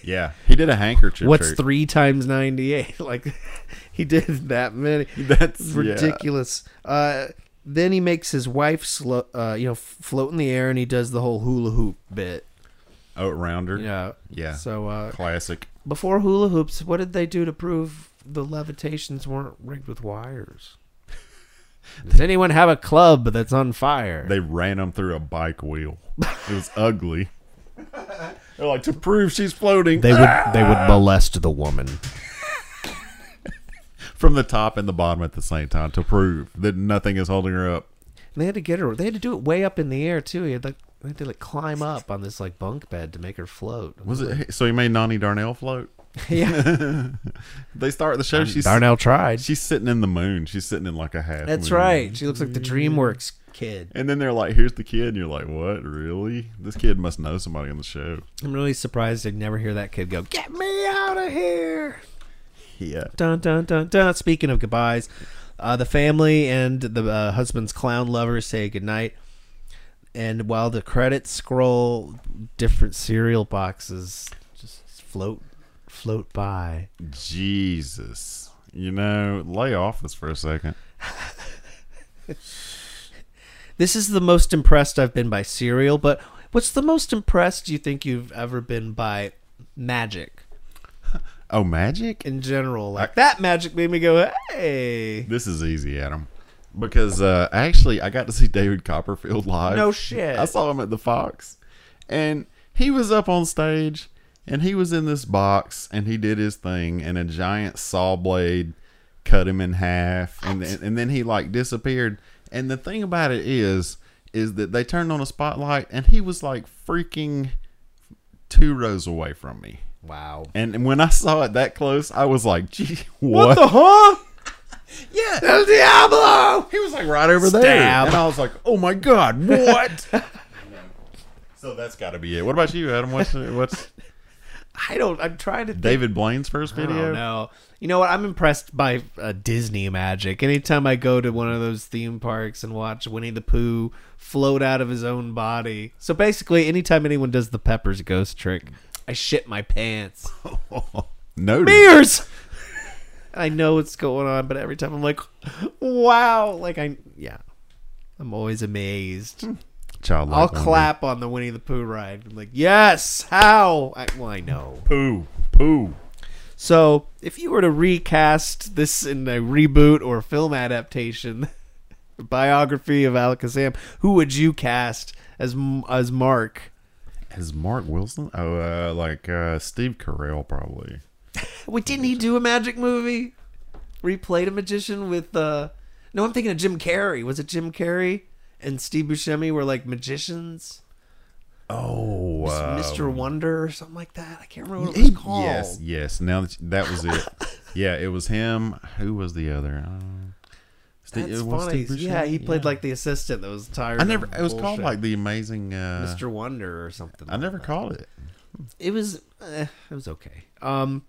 Yeah, he did a handkerchief. What's trick. three times ninety eight? Like he did that many. That's It's ridiculous. ridiculous. Uh, then he makes his wife slo- uh, you know, f- float in the air, and he does the whole hula hoop bit. Oh, rounder. Yeah, Yeah. So uh, Classic. before hula hoops, what did they do to prove the levitations weren't rigged with wires? Does anyone have a club that's on fire? They ran him through a bike wheel. It was ugly. They're like to prove she's floating would they would molest the woman. from the top and the bottom at the same time to prove that nothing is holding her up. And they had to get her. They had to do it way up in the air too. He had like they had to like climb up on this like bunk bed to make her float. Was it so he made Nani Darnell float? yeah, They start the show. She's Darnell tried. she's sitting in the moon. She's sitting in like a half. That's moon. right. She looks like the DreamWorks kid. And then they're like, "Here's the kid," and you're like, "What? Really? This kid must know somebody on the show." I'm really surprised I'd never hear that kid go, "Get me out of here!" Yeah. Dun dun dun dun. Speaking of goodbyes, uh, the family and the uh, husband's clown lover say goodnight. And while the credits scroll, different cereal boxes just float float by. Jesus. You know, lay off this for a second. This is the most impressed I've been by cereal, but what's the most impressed you think you've ever been by magic Oh, magic? in general? Like that magic made me go, "Hey." This is easy, Adam. Because uh, actually, I got to see David Copperfield live. No shit. I saw him at the Fox, and he was up on stage, and he was in this box, and he did his thing, and a giant saw blade cut him in half, and then, and then he like disappeared. And the thing about it is, is that they turned on a spotlight, and he was like freaking two rows away from me. Wow. And and when I saw it that close, I was like, "Gee, What, what?" the huh? yeah, El Diablo! he was like right over there, Stab. and I was like, "Oh my god, what?" so that's got to be it. What about you, Adam? What's what's I don't. I'm trying to David Blaine's first I video? don't know. You know what? I'm impressed by uh, Disney magic. Anytime I go to one of those theme parks and watch Winnie the Pooh float out of his own body. So basically, anytime anyone does the Pepper's ghost trick, I shit my pants. Noted. Beers. I know what's going on, but every time I'm like, wow. Like I, yeah, I'm always amazed. Childlike I'll wonder. clap on the Winnie the Pooh ride. I'm like, yes. How? I, well, I know. Poo, poo. So, if you were to recast this in a reboot or film adaptation, biography of Alakazam, who would you cast as as Mark? Is Mark Wilson? Oh, uh, like uh, Steve Carell probably. Wait, didn't he do a magic movie? Replayed a magician with uh No, I'm thinking of Jim Carrey. Was it Jim Carrey and Steve Buscemi were like magicians? Oh, uh, Mr. Wonder or something like that. I can't remember what it was He- called. Yes, yes. Now that, that was it. yeah, it was him. Who was the other? Um, Steve, That's it was funny. Steve yeah, Buscemi? he played Yeah. like the assistant that was tired. I of never. It was called bullshit. like the Amazing. Uh, Mr. Wonder or something. I never called it. it was eh, it was okay. Um,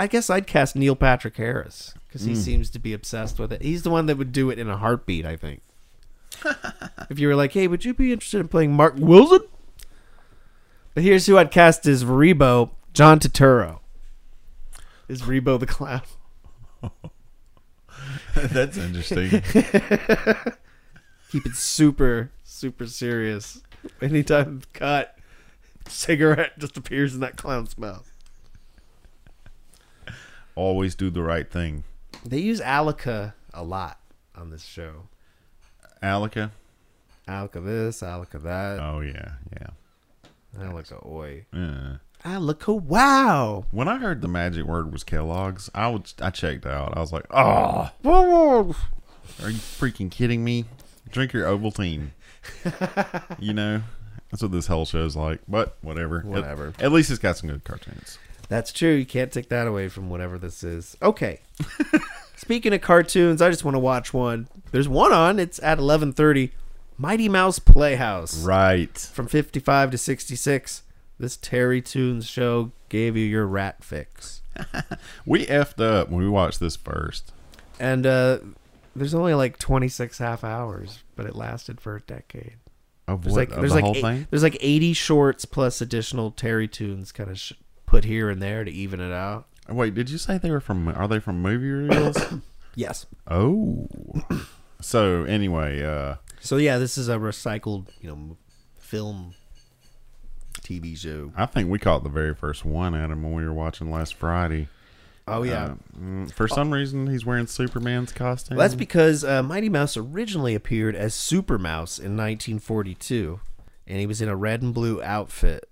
I guess I'd cast Neil Patrick Harris because he seems to be obsessed with it. He's the one that would do it in a heartbeat. I think. if you were like, "Hey, would you be interested in playing Mark Wilson?" But here's who I'd cast as Rebo: John Turturro. Is Rebo the clown? That's interesting. Keep it super, super serious. Anytime it's cut, cigarette just appears in that clown's mouth. Always do the right thing. They use Alica a lot on this show. Alaka. Alka this, Alka that, Oh yeah, yeah. Alka oi. Uh. Alka wow. When I heard the magic word was Kellogg's, I would I checked out. I was like, oh, Ah. are you freaking kidding me? Drink your Ovaltine. you know, that's what this whole show's like. But whatever, At- Whatever. At, least it's got some good cartoons. That's true. You can't take that away from whatever this is. Okay. Speaking of cartoons, I just want to watch one. There's one on. It's at 11:30. Mighty Mouse Playhouse Right. from 55 to 66. This Terry Toons show gave you your rat fix. We effed up when we watched this first. And uh there's only like 26 half hours, but it lasted for a decade. Of There's what? like of there's the like whole eight- thing. there's like 80 shorts plus additional Terry tunes kind of sh- put here and there to even it out. Wait, did you say they were from? Are they from movie reels? Yes. oh. So anyway, uh, So yeah, this is a recycled, you know, m- film TV show. I think we caught the very first one, Adam, when we were watching last Friday. Oh yeah. Uh, mm, for some reason, he's wearing Superman's costume. well, that's because uh, Mighty Mouse originally appeared as Super Mouse in 1942, and he was in a red and blue outfit.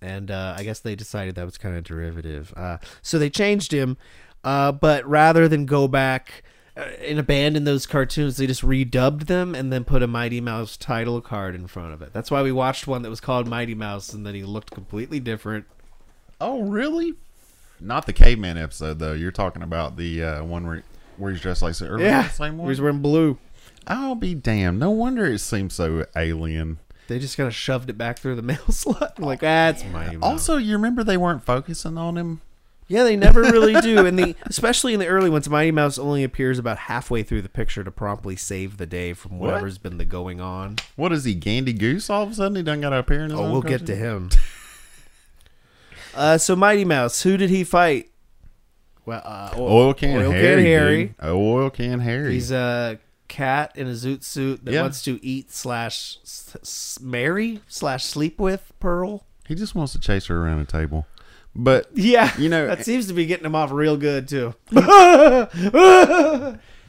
And uh, I guess they decided that was kind of derivative. Uh, so they changed him, uh, but rather than go back uh, and abandon those cartoons, they just redubbed them and then put a Mighty Mouse title card in front of it. That's why we watched one that was called Mighty Mouse, and then he looked completely different. oh, really? Not the caveman episode though. You're talking about the uh, one where where he's dressed like or was it Yeah, the same He was one. wearing blue. I'll be damned. No wonder it seems so alien. They just kind of shoved it back through the mail slot. like that's my email." Oh, Also, you remember they weren't focusing on him. Yeah, they never really do, and the especially in the early ones, Mighty Mouse only appears about halfway through the picture to promptly save the day from What? whatever's been the going on. What is he, Gandy Goose? All of a sudden, he done got to appear in his Oh, own we'll get to cartoon? him. uh, so Mighty Mouse, who did he fight? Well, uh, o- Oil can Oil Can Harry. Harry. dude. Oil can Harry. he's a cat in a zoot suit that Yeah. wants to eat slash s- s- marry slash sleep with Pearl. he just wants to chase her around a table. But Yeah, You know- that seems to be getting him off real good too.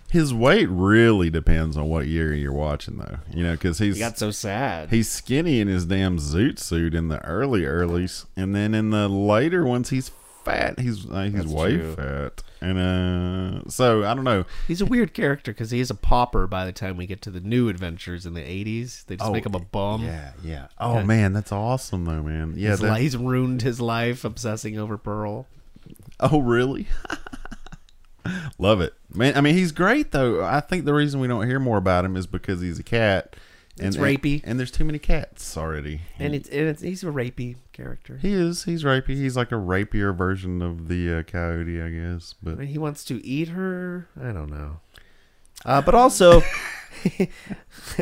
his weight really depends on what year you're watching, though. You know, because he's He got so sad. he's skinny in his damn zoot suit in the early earlys, and then in the later ones he's fat. He's uh, he's way true. fat, and uh, so I don't know. He's a weird character because he is a pauper by the time we get to the new adventures in the 80s. They just Oh, make him a bum. Yeah, yeah. Oh man, that's awesome though, man. Yeah. Um, His That, li- he's ruined his life obsessing over Pearl. oh really? Love it, man. I mean, he's great though. I think the reason we don't hear more about him is because he's a cat. And, It's rapey. and, there's too many cats already. And, it's, and it's, he's a rapey character. He is. He's rapey. He's like a rapier version of the uh, coyote, I guess. But I mean, he wants to eat her. I don't know. Uh, but also, I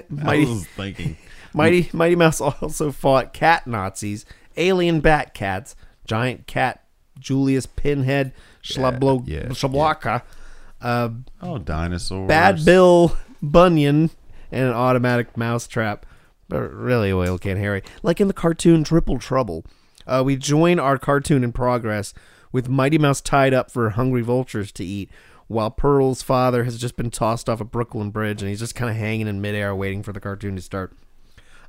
Mighty, was thinking, Mighty, Mighty Mouse also fought cat Nazis, alien bat cats, giant cat Julius Pinhead, Schlablo, yeah, yeah. Shablaka, uh, oh, dinosaurs. Bad Bill Bunyan and an automatic mousetrap. But really, oil can Harry. Like in the cartoon Triple Trouble, uh, we join our cartoon in progress with Mighty Mouse tied up for hungry vultures to eat, while Pearl's father has just been tossed off a Brooklyn bridge and he's just kind of hanging in midair waiting for the cartoon to start.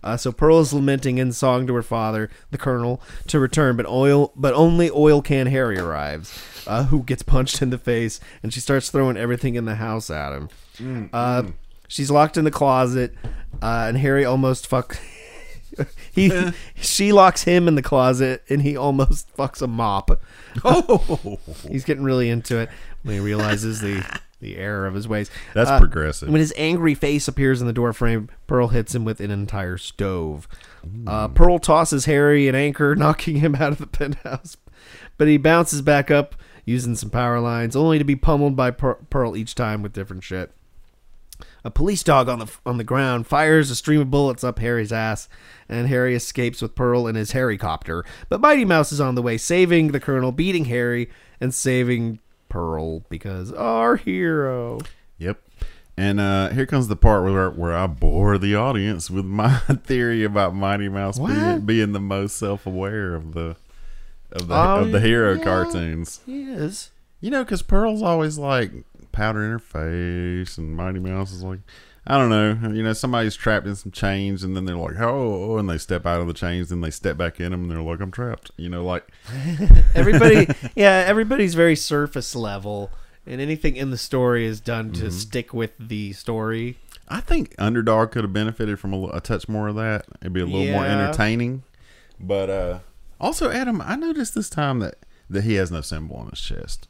Uh, so Pearl is lamenting in song to her father, the Colonel, to return, but oil, but only Oil Can Harry arrives, uh, who gets punched in the face, and she starts throwing everything in the house at him. Mm, Uh, she's locked in the closet, uh, and Harry almost fuck. he, she locks him in the closet, and he almost fucks a mop. Oh, He's getting really into it when he realizes the the error of his ways. That's Uh, progressive. When his angry face appears in the doorframe, Pearl hits him with an entire stove. Uh, Pearl tosses Harry an anchor, knocking him out of the penthouse, but he bounces back up using some power lines, only to be pummeled by Per- Pearl each time with different shit. A police dog on the on the ground fires a stream of bullets up Harry's ass, and Harry escapes with Pearl in his Harrycopter. But Mighty Mouse is on the way, saving the Colonel, beating Harry, and saving Pearl because our hero. Yep. And uh, here comes the part where where I bore the audience with my theory about Mighty Mouse being, What? being the most self aware of the of the Oh, of the hero yeah. cartoons. He is. You know, because Pearl's always like powder in her face, and Mighty Mouse is like, I don't know. You know, somebody's trapped in some chains, and then they're like, oh, and they step out of the chains, then they step back in them, and they're like, I'm trapped. You know, like Everybody, yeah, everybody's very surface level, and anything in the story is done Mm-hmm. to stick with the story. I think Underdog could have benefited from a, li- a touch more of that. It'd be a little more Yeah. entertaining. But uh also, Adam, I noticed this time that that he has no symbol on his chest.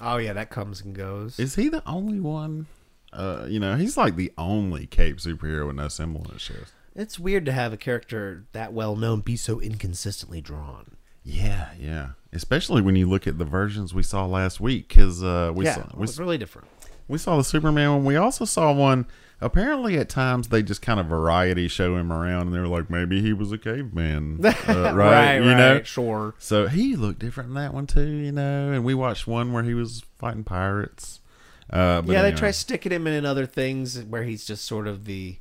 Oh yeah, that comes and goes. Is he the only one? Uh, you know, he's like the only Cape superhero with no symbol on his chest. It's weird to have a character that well known be so inconsistently drawn. Yeah, yeah. Especially when you look at the versions we saw last week, because uh, we yeah, saw it we, was really different. we saw the Superman one. We also saw one. Apparently, at times they just kind of variety show him around, and they were like, maybe he was a caveman, uh, right? You know, sure. So he looked different in that one too, you know. And we watched one where he was fighting pirates. Uh, but yeah, they anyway. try sticking him in other things where he's just sort of the.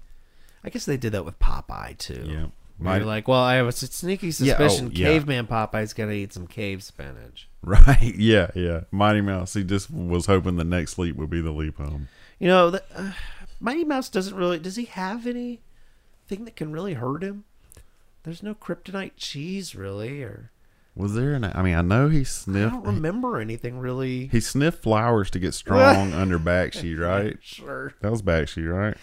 I guess they did that with Popeye too. Yeah. Where you're Might- like, well, I have a s- sneaky Yeah, oh, suspicion yeah. caveman Popeye's gonna eat some cave spinach. Right? Yeah, yeah. Mighty Mouse. He just was hoping the next leap would be the leap home. You know, the, uh, Mighty Mouse doesn't really. Does he have anything that can really hurt him? There's no kryptonite cheese really, or Was there an? I mean, I know he I sniffed. don't remember anything really. He sniffed flowers to get strong under Bakshi, right? Sure. That was Bakshi, right?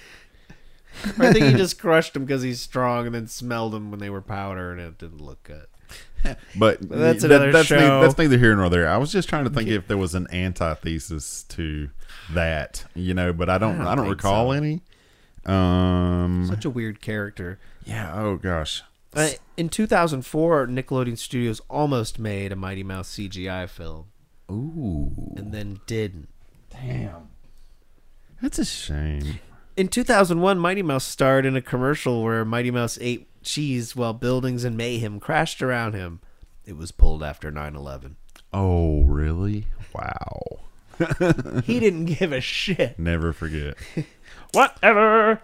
I think he just crushed him because he's strong, and then smelled him when they were powder, and it didn't look good. But That's that- another that's, nei- show. that's neither here nor there. I was just trying to think if there was an antithesis to that, you know, but I don't. I I don't, don't think recall so. any. Um. Such a weird character. yeah. Oh gosh. Uh, in 2004, Nickelodeon Studios almost made a Mighty Mouse CGI film Ooh. and then didn't. Damn. That's a shame. In 2001, Mighty Mouse starred in a commercial where Mighty Mouse ate cheese while buildings in mayhem crashed around him. It was pulled after 9 11. Oh really? Wow. He didn't give a shit. Never forget. Whatever.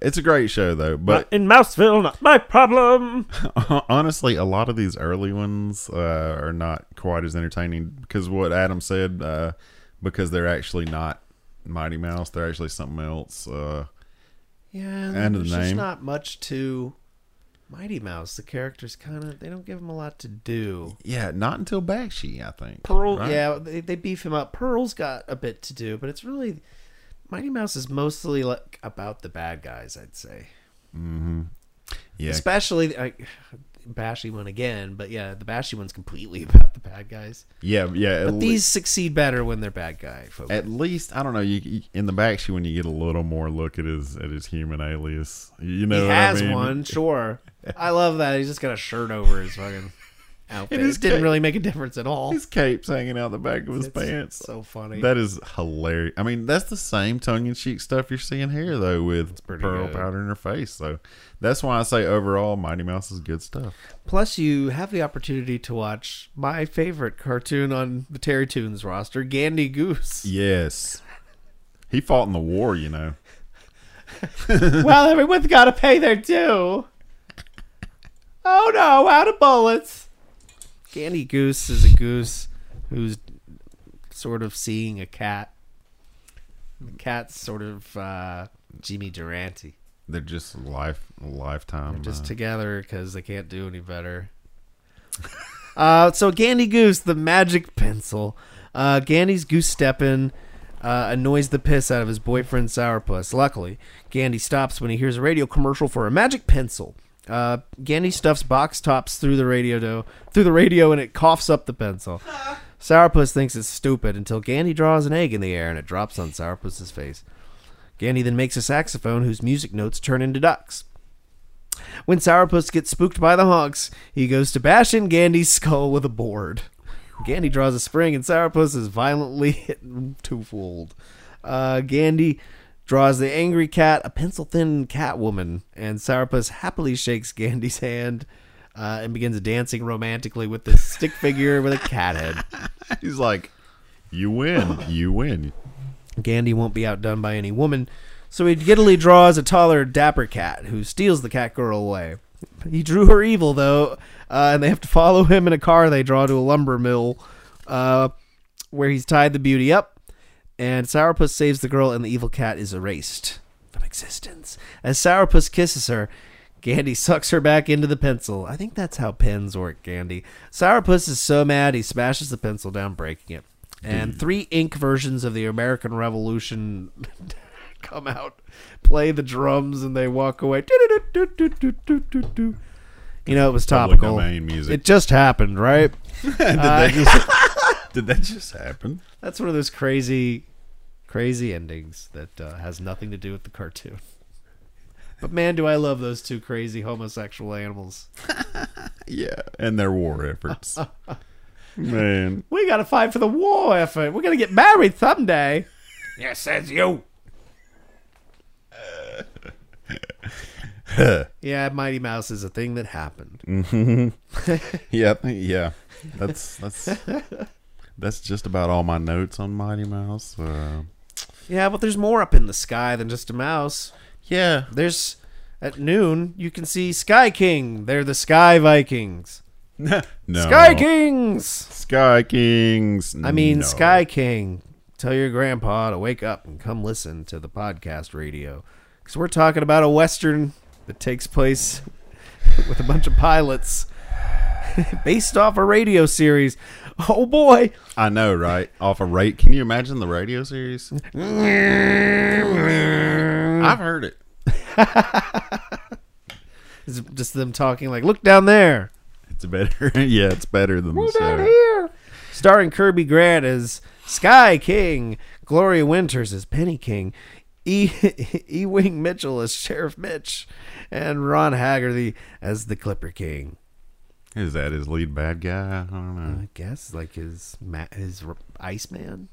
It's a great show though, but in Mouseville, not my problem. honestly, a lot of these early ones uh, are not quite as entertaining because what Adam said, uh, because they're actually not Mighty Mouse, they're actually something else. Uh, Yeah, End of there's the just name. not much to Mighty Mouse. The characters kind of they don't give him a lot to do. yeah, not until Bakshi, I think. Pearl, right? yeah, they, they beef him up. Pearl's got a bit to do, but it's really Mighty Mouse is mostly like about the bad guys. I'd say, yeah, especially I, Bashy one again, but yeah, the Bashy one's completely about the bad guys. yeah, yeah. At, But le- these succeed better when they're bad guy. Folks. at least I don't know. You, you in the Bakshi when you get a little more look at his at his human alias. You know, he what has I mean? one, sure. I love that. He's just got a shirt over his fucking outfit. his It didn't ca- really make a difference at all. His cape's hanging out the back of his It's pants. So funny. That is hilarious. I mean, that's the same tongue in cheek stuff you're seeing here, though, with pretty pearl good. powder in her face. So that's why I say overall, Mighty Mouse is good stuff. Plus, you have the opportunity to watch my favorite cartoon on the Terry Toons roster, Gandy Goose. Yes. He fought in the war, you know. well, everyone's got to pay their due. Oh no, out of bullets. Gandy Goose is a goose who's sort of seeing a cat. The cat's sort of uh, Jimmy Durante. They're just life lifetime. They're uh, just together because they can't do any better. uh, so Gandy Goose, the magic pencil. Uh, Gandy's goose steppin' uh, annoys the piss out of his boyfriend Sourpuss. Luckily, Gandy stops when he hears a radio commercial for a magic pencil. Uh, Gandy stuffs box tops through the radio do- through the radio, and it coughs up the pencil. Sourpuss thinks it's stupid until Gandy draws an egg in the air and it drops on Sourpuss's face. Gandy then makes a saxophone whose music notes turn into ducks. When Sourpuss gets spooked by the honks, he goes to bash in Gandy's skull with a board. Gandy draws a spring, and Sourpuss is violently hit twofold. Uh, Gandy draws the angry cat, a pencil thin cat woman, and Sourpuss happily shakes Gandy's hand uh, and begins dancing romantically with this stick figure with a cat head. uh, he's like, you win, you win. Gandhi won't be outdone by any woman, so he giddily draws a taller, dapper cat who steals the cat girl away. He drew her evil, though, uh, and they have to follow him in a car they draw to a lumber mill uh, where he's tied the beauty up, and Sourpuss saves the girl, and the evil cat is erased from existence. As Sourpuss kisses her, Gandhi sucks her back into the pencil. I think that's how pens work, Gandhi. Sourpuss is so mad he smashes the pencil down, breaking it. And three ink versions of the American Revolution come out, play the drums, and they walk away. Do-do-do-do-do-do-do-do. You know, it was Public topical. domain music. It just happened, right? Uh, did, that just, did that just happen? That's one of those crazy, crazy endings that uh, has nothing to do with the cartoon. But man, do I love those two crazy homosexual animals. Yeah. And their war efforts. Man. We gotta fight for the war effort. We're gonna get married someday. Yes, says you. Yeah, Mighty Mouse is a thing that happened. Yeah, I think- yeah. That's that's that's just about all my notes on Mighty Mouse. Uh, Yeah, but there's more up in the sky than just a mouse. yeah, There's at noon you can see Sky King. They're the Sky Vikings. no. Sky Kings. Sky Kings. I mean, no. Sky King, tell your grandpa to wake up and come listen to the podcast radio. Because we're talking about a Western that takes place with a bunch of pilots based off a radio series. Oh boy. I know, right? Off a rate. Can you imagine the radio series? Mm. I've heard it. It's just them talking like, "Look down there." It's better. yeah, it's better than the show. here. Starring Kirby Grant as Sky King, Gloria Winters as Penny King, E. e- Wing Mitchell as Sheriff Mitch, and Ron Haggerty as the Clipper King. Is that his lead bad guy? I don't know. I guess like his ma- his r- Iceman,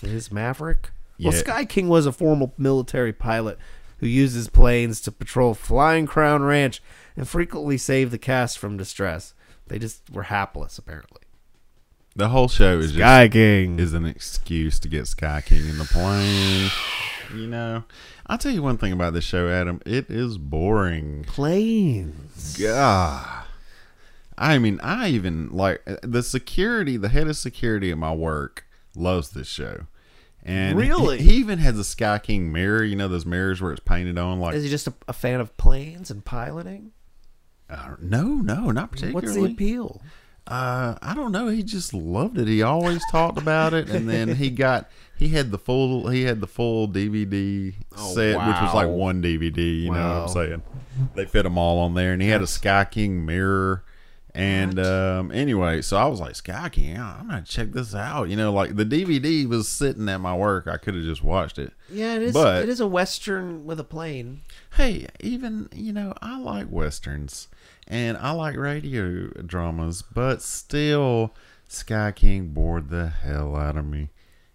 his Maverick. Well, Yeah. Sky King was a former military pilot who used his planes to patrol Flying Crown Ranch and frequently saved the cast from distress. They just were hapless, apparently. The whole show is just Sky King. is an excuse to get Sky King in the plane. You know, I'll tell you one thing about this show, Adam. It is boring. planes. God. I mean, I even like the security, the head of security at my work loves this show. And he- Really? he, even has a Sky King mirror. You know those mirrors where it's painted on. Like, Is he just a, a fan of planes and piloting? uh, no, no, not particularly. What's the appeal? Uh, I don't know. He just loved it. He always talked about it, and then he got he had the full he had the full DVD set, which was like Oh, wow. one DVD. You know what Wow. I'm saying? They fit them all on there, and he had a Sky King mirror. And um, anyway, so I was like, Sky King, I'm gonna check this out. You know, like the DVD was sitting at my work. I could have just watched it. Yeah, it is. But- it is a western with a plane. Hey, even you know, I like westerns and I like radio dramas, but still, Sky King bored the hell out of me.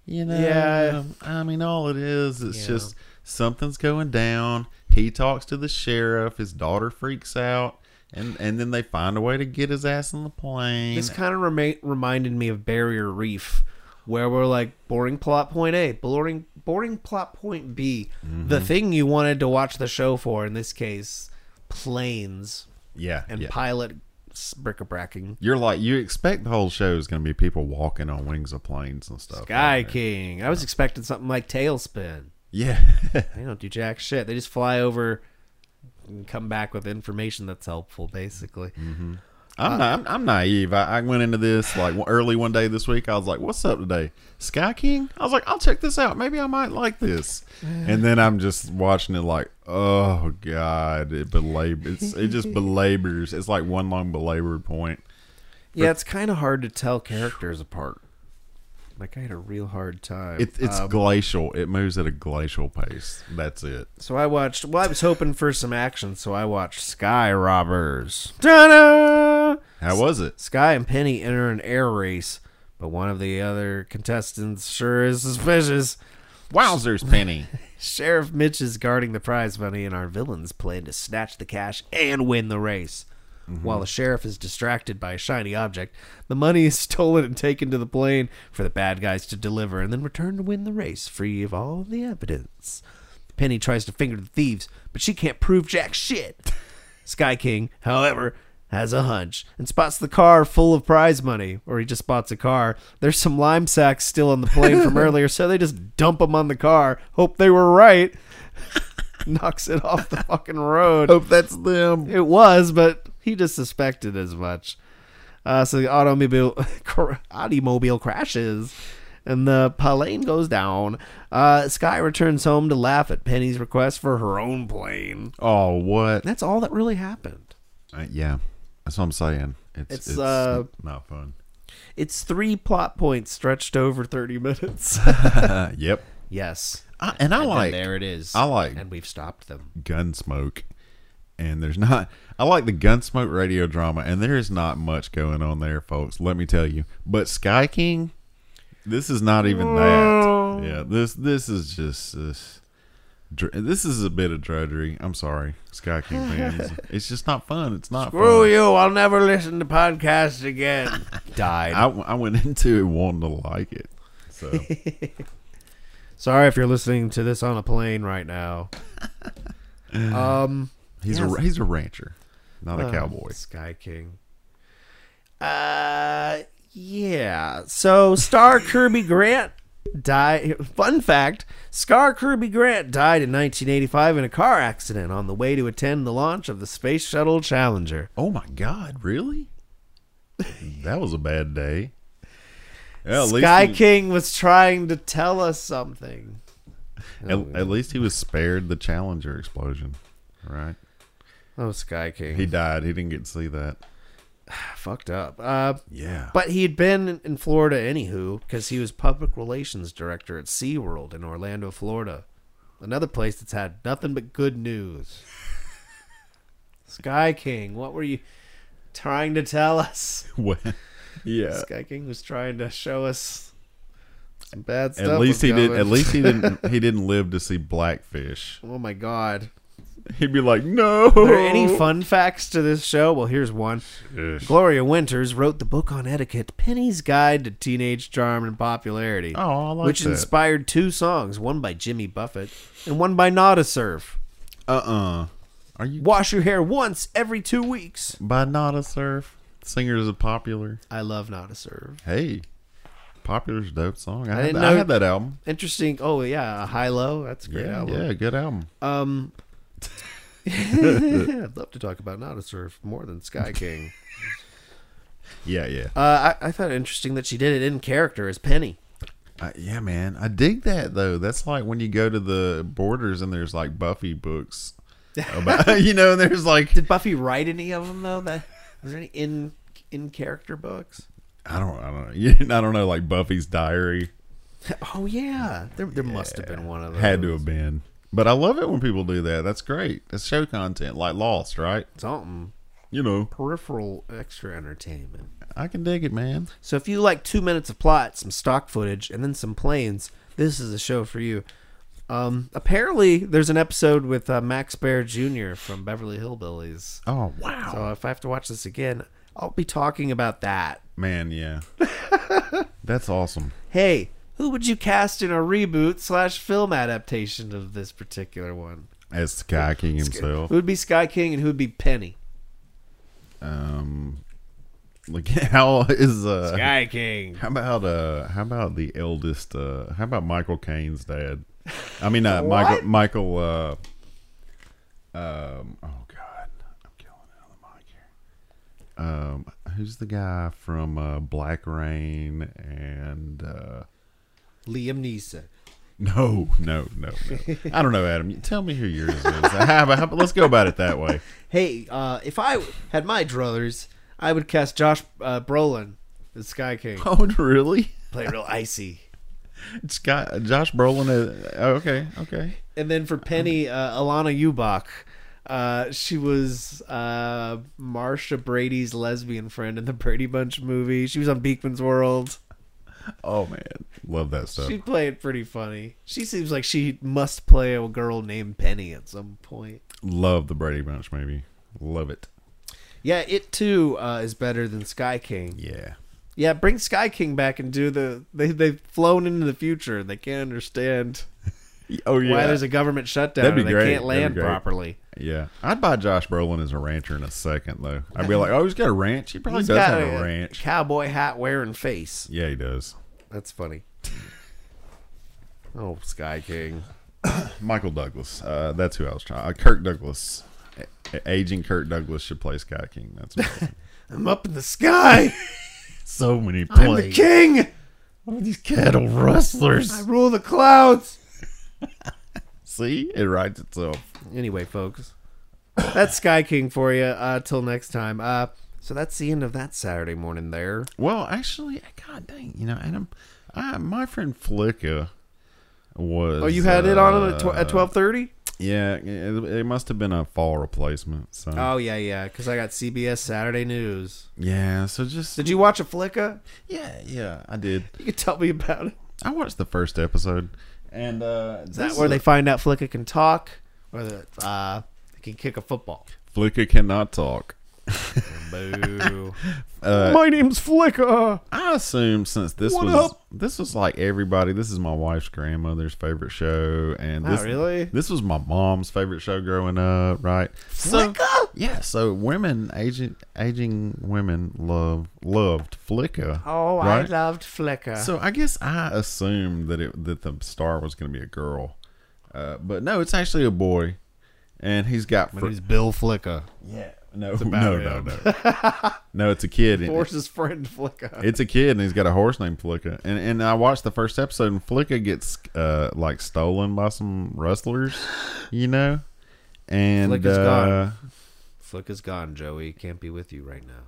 You know, Yeah. I mean, all it is, it's Yeah. just something's going down. He talks to the sheriff. His daughter freaks out, and and then they find a way to get his ass on the plane. This kind of rema- reminded me of Barrier Reef, where we're like boring plot point A, boring boring plot point B, Mm-hmm. the thing you wanted to watch the show for. In this case, planes yeah, and yeah. pilot s- bric-a-bracking. You're like you expect the whole show is going to be people walking on wings of planes and stuff. Guy like that. King. I was expecting something like Tailspin. yeah. They don't do jack shit. They just fly over and come back with information that's helpful, Mm-hmm. basically. I'm, na- I'm, I'm naive. I, I went into this like one- early one day this week. I was like, "What's up today, Sky King?" I was like, "I'll check this out. Maybe I might like this." And then I'm just watching it like, "Oh God, it belabors. It's, it just belabors. It's like one long belabored point." Yeah, it's kind of hard to tell characters apart. Like I had a real hard time. It, it's glacial. It moves at a glacial pace. That's it. So I watched. Well, I was hoping for some action, so I watched Sky Robbers. Ta-da! How was it? Sky and Penny enter an air race, but one of the other contestants sure is suspicious. Wowzers, Penny. Sheriff Mitch is guarding the prize money, and our villains plan to snatch the cash and win the race. While the sheriff is distracted by a shiny object, the money is stolen and taken to the plane for the bad guys to deliver and then return to win the race free of all the evidence. Penny tries to finger the thieves, but she can't prove jack shit. Sky King, however, has a hunch and spots the car full of prize money, or he just spots a car. There's some lime sacks still on the plane from earlier, so they just dump them on the car. Hope they were right. Knocks it off the fucking road. Hope that's them. It was, but he just suspected as much. Uh, so the automobile cr- automobile crashes, and the plane goes down. Uh, Sky returns home to laugh at Penny's request for her own plane. Oh, what? That's all that really happened. Uh, yeah, that's what I'm saying. It's It's, it's, uh, not fun. It's three plot points stretched over thirty minutes. Uh, yep. yes, I, and I And like there it is. I like- and we've stopped them. Gunsmoke, and there's not. I like the Gunsmoke radio drama, and there is not much going on there, folks. Let me tell you. But Sky King, this is not even that. Yeah, this this is just this. dr- This is a bit of drudgery. I'm sorry, Sky King fans. it's just not fun. It's not Screw fun. you! I'll never listen to podcasts again. Died. I, I went into it wanting to like it. So Sorry if you're listening to this on a plane right now. um, he's Yes. a he's a rancher, not a uh, cowboy. Sky King. Uh, yeah. So star Kirby Grant died. Fun fact: Scar Kirby Grant died in 1985 in a car accident on the way to attend the launch of the Space Shuttle Challenger. Oh my God! Really? that was a bad day. Yeah, at least Sky he- King was trying to tell us something. At, at least he was spared the Challenger explosion, right? Oh, Sky King. He died. He didn't get to see that. fucked up. Uh, Yeah. but he had been in- in Florida anywho because he was public relations director at SeaWorld in Orlando, Florida. Another place that's had nothing but good news. Sky King, what were you trying to tell us? Well, yeah. Sky King was trying to show us some bad stuff. At least was he did. going. At least he didn't. He didn't live to see Blackfish. Oh my god. He'd be like, no. Are there Oh. any fun facts to this show? Well, here's one. Ish. Gloria Winters wrote the book on etiquette, Penny's Guide to Teenage Charm and Popularity. Oh, I like which that. inspired two songs, one by Jimmy Buffett and one by Nada Surf. Uh-uh. Are you Wash your hair once every two weeks. by not a surf? Singers are popular. I love Nada Surf. Hey. Hey, popular's a dope song. I, had, didn't that- I know- had that album. Interesting. Oh yeah, High Low. That's a great Yeah, album. yeah, good album. Um, I'd love to talk about Nada Surf more than Sky King. Yeah, yeah, Uh, I, I thought it interesting that she did it in character as Penny. Uh, yeah, man. I dig that though. That's like when you go to the borders and there's like Buffy books about you know, and there's like Did Buffy write any of them though? That was there any in in character books? I don't, I don't know, I don't know, like Buffy's diary Oh yeah, there there must have been one of them. had to have been. But I love it when people do that. That's great. That's show content, like Lost, right? something You know, peripheral extra entertainment. I can dig it, man. So if you like two minutes of plot, some stock footage, and then some planes, this is a show for you. Um, apparently, there's an episode with uh, Max Baer Jr. from Beverly Hillbillies. Oh wow, So if I have to watch this again, I'll be talking about that. man, yeah, that's awesome. Hey, who would you cast in a reboot slash film adaptation of this particular one? As Sky King himself, Who would be Sky King and who would be Penny? um, like how is uh, Sky King. How about uh? How about the eldest? Uh, how about Michael Caine's dad? I mean, uh, Michael. Michael. Uh, um. Oh God, I'm killing it on the mic here. Um. Who's the guy from uh, Black Rain and? Uh, Liam Neeson. no, no, no, no. I don't know, Adam. You tell me who yours is. How about, how about- let's go about it that way. Hey, uh, if I had my druthers, I would cast Josh uh, Brolin as Sky King. Oh, really? Play real icy. It's got Josh Brolin. Is, oh, okay, okay. And then for Penny, uh, Alana Ubach. Uh, she was uh, Marsha Brady's lesbian friend in the Brady Bunch movie. She was on Beekman's World. Oh man, love that stuff. She played pretty funny. She seems like she must play a girl named Penny at some point. Love the Brady Bunch movie. Love it. Yeah, it too uh, is better than Sky King. Yeah. Yeah, bring Sky King back and do the they they've flown into the future. They can't understand Oh why there's a government shutdown. That'd be and they great. That'd can't be land great. properly. yeah. I'd buy Josh Brolin as a rancher in a second though. I'd be like, oh, he's got a ranch. He probably He's does got have a, a, ranch. cowboy hat wearing face. Yeah, he does. That's funny. oh, Sky King. Michael Douglas. Uh, that's who I was trying. Uh, Kirk Douglas. A- a- aging Kirk Douglas should play Sky King. That's my- I'm up in the sky. so many I'm the king. these cattle I rustlers. rule the clouds. See, it writes itself. Anyway, folks, that's Sky King for you. Uh, till next time. Uh, so that's the end of that Saturday morning. There. Well, actually, uh, God dang, you know, Adam, I, my friend Flicka was. Oh, you had it on uh, at tw- at twelve thirty. Yeah, it, it must have been a fall replacement. So Oh yeah, yeah. Because I got CBS Saturday News. yeah, so just Did you watch a flicka? yeah, yeah, I did. You could tell me about it. I watched the first episode, and uh, Is that where they find out flicka can talk or that uh, they can kick a football? Flicka cannot talk. Boo. Uh, My name's Flicka. I assume since this What was up? this was like everybody. This is my wife's grandmother's favorite show, and Oh, this really? this was my mom's favorite show growing up. Right? So- Flicka? yeah. So women aging aging women love loved Flicka. Oh, I right? loved Flicka. So I guess I assumed that it that the star was going to be a girl, uh, but no, it's actually a boy, and he's got fr- Bill Flicka. yeah no no no him. no no it's a kid. and- Force's friend Flicka. It's a kid and he's got a horse named Flicka. And and I watched the first episode and Flicka gets uh like stolen by some rustlers, you know? And Flicka's uh, gone. Flick is gone, Joey. Can't be with you right now.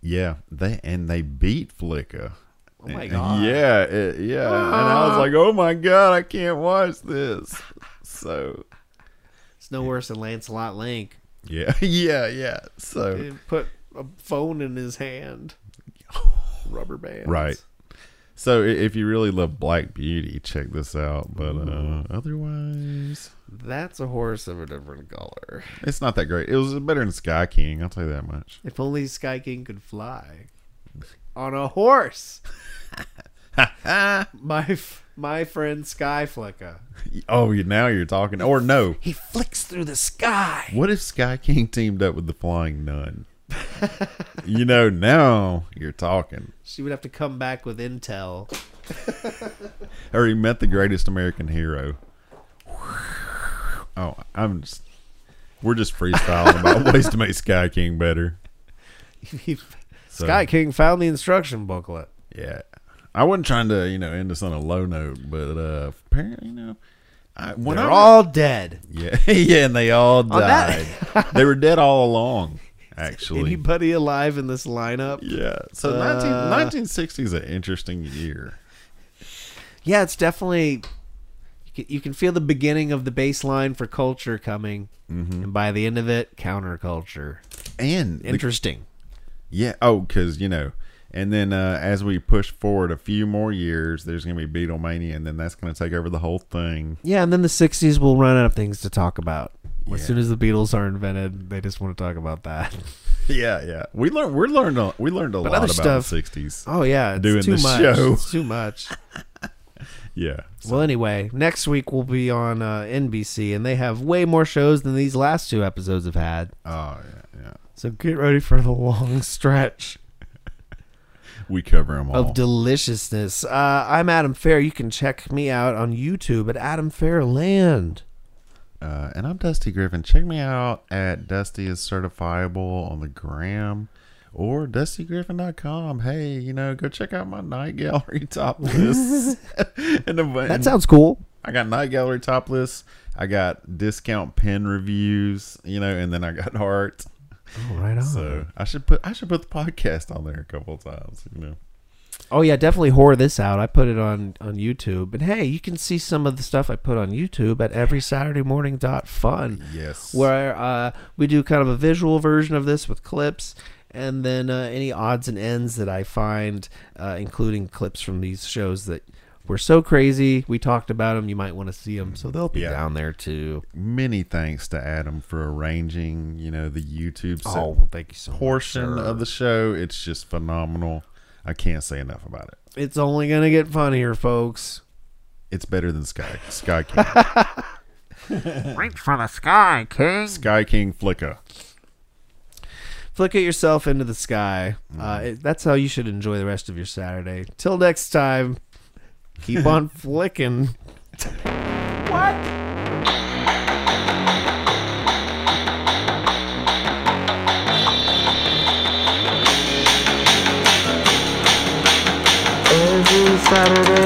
Yeah, they and they beat Flicka. Oh my And- God. Yeah, it- yeah. And I was like, oh my god, I can't watch this. So It's no worse than Lancelot Link. yeah, yeah, yeah. So He put a phone in his hand. Rubber band. right. So i- if you really love Black Beauty, check this out. But uh, otherwise, That's a horse of a different color. it's not that great. It was better than Sky King. I'll tell you that much. If only Sky King could fly on a horse. my f- my friend Sky Flicka. Oh, you now you're talking. Or no, He flicks through the sky. What if Sky King teamed up with the Flying Nun? you know, now you're talking. She would have to come back with intel. Or he met the greatest American hero. Oh, I'm just. We're just freestyling about ways to make Sky King better. He- So, Sky King found the instruction booklet. Yeah. I wasn't trying to, you know, end this on a low note, but uh apparently, you know, I, when They're I- all dead. yeah, yeah, and they all died. that- they were dead all along, actually. Anybody alive in this lineup? Yeah. So uh, 19, 1960 is an interesting year. Yeah, it's definitely. you can- You can feel the beginning of the baseline for culture coming, and by the end of it, counterculture. And the- Interesting. yeah. Oh, because, you know, and then uh, as we push forward a few more years, there's going to be Beatlemania, and then that's going to take over the whole thing. Yeah, and then the '60s will run out of things to talk about. As Yeah. soon as the Beatles are invented, they just want to talk about that. Yeah. Yeah. We learned, we learned, a, we learned a lot other about stuff- the 60s. Oh yeah, it's Doing too the much. show. It's too much. Yeah. well, anyway, next week we'll be on uh, NBC, and they have way more shows than these last two episodes have had. Oh, yeah. Yeah. So get ready for the long stretch. We cover them all. of deliciousness. Uh, I'm Adam Fair. You can check me out on YouTube at Adam Fair Land. uh, and I'm Dusty Griffin. Check me out at Dusty is Certifiable on the gram. Or dustygriffin.com. Hey, you know, go check out my night gallery top lists. and the, That sounds cool. I got night gallery top lists. I got discount pen reviews, you know, and then I got art. Oh, right on. So I should put I should put the podcast on there a couple of times, you know. Oh yeah, definitely whore this out. I put it on on YouTube, and hey, you can see some of the stuff I put on YouTube at every Saturday morning dot fun, Yes. where uh, we do kind of a visual version of this with clips. And then uh, any odds and ends that I find, uh, including clips from these shows that were so crazy, we talked about them. You might want to see them, so they'll be Yeah. down there too. many thanks to Adam for arranging, you know, the YouTube se- Oh, well, thank you so much, portion sir. of the show. It's just phenomenal. I can't say enough about it. It's only gonna get funnier, folks. It's better than Sky Sky King. Reach for the sky, King. Sky King Flicka. Flick it yourself into the sky. Uh, it, that's how you should enjoy the rest of your Saturday. Till next time, keep on flicking. Every Saturday.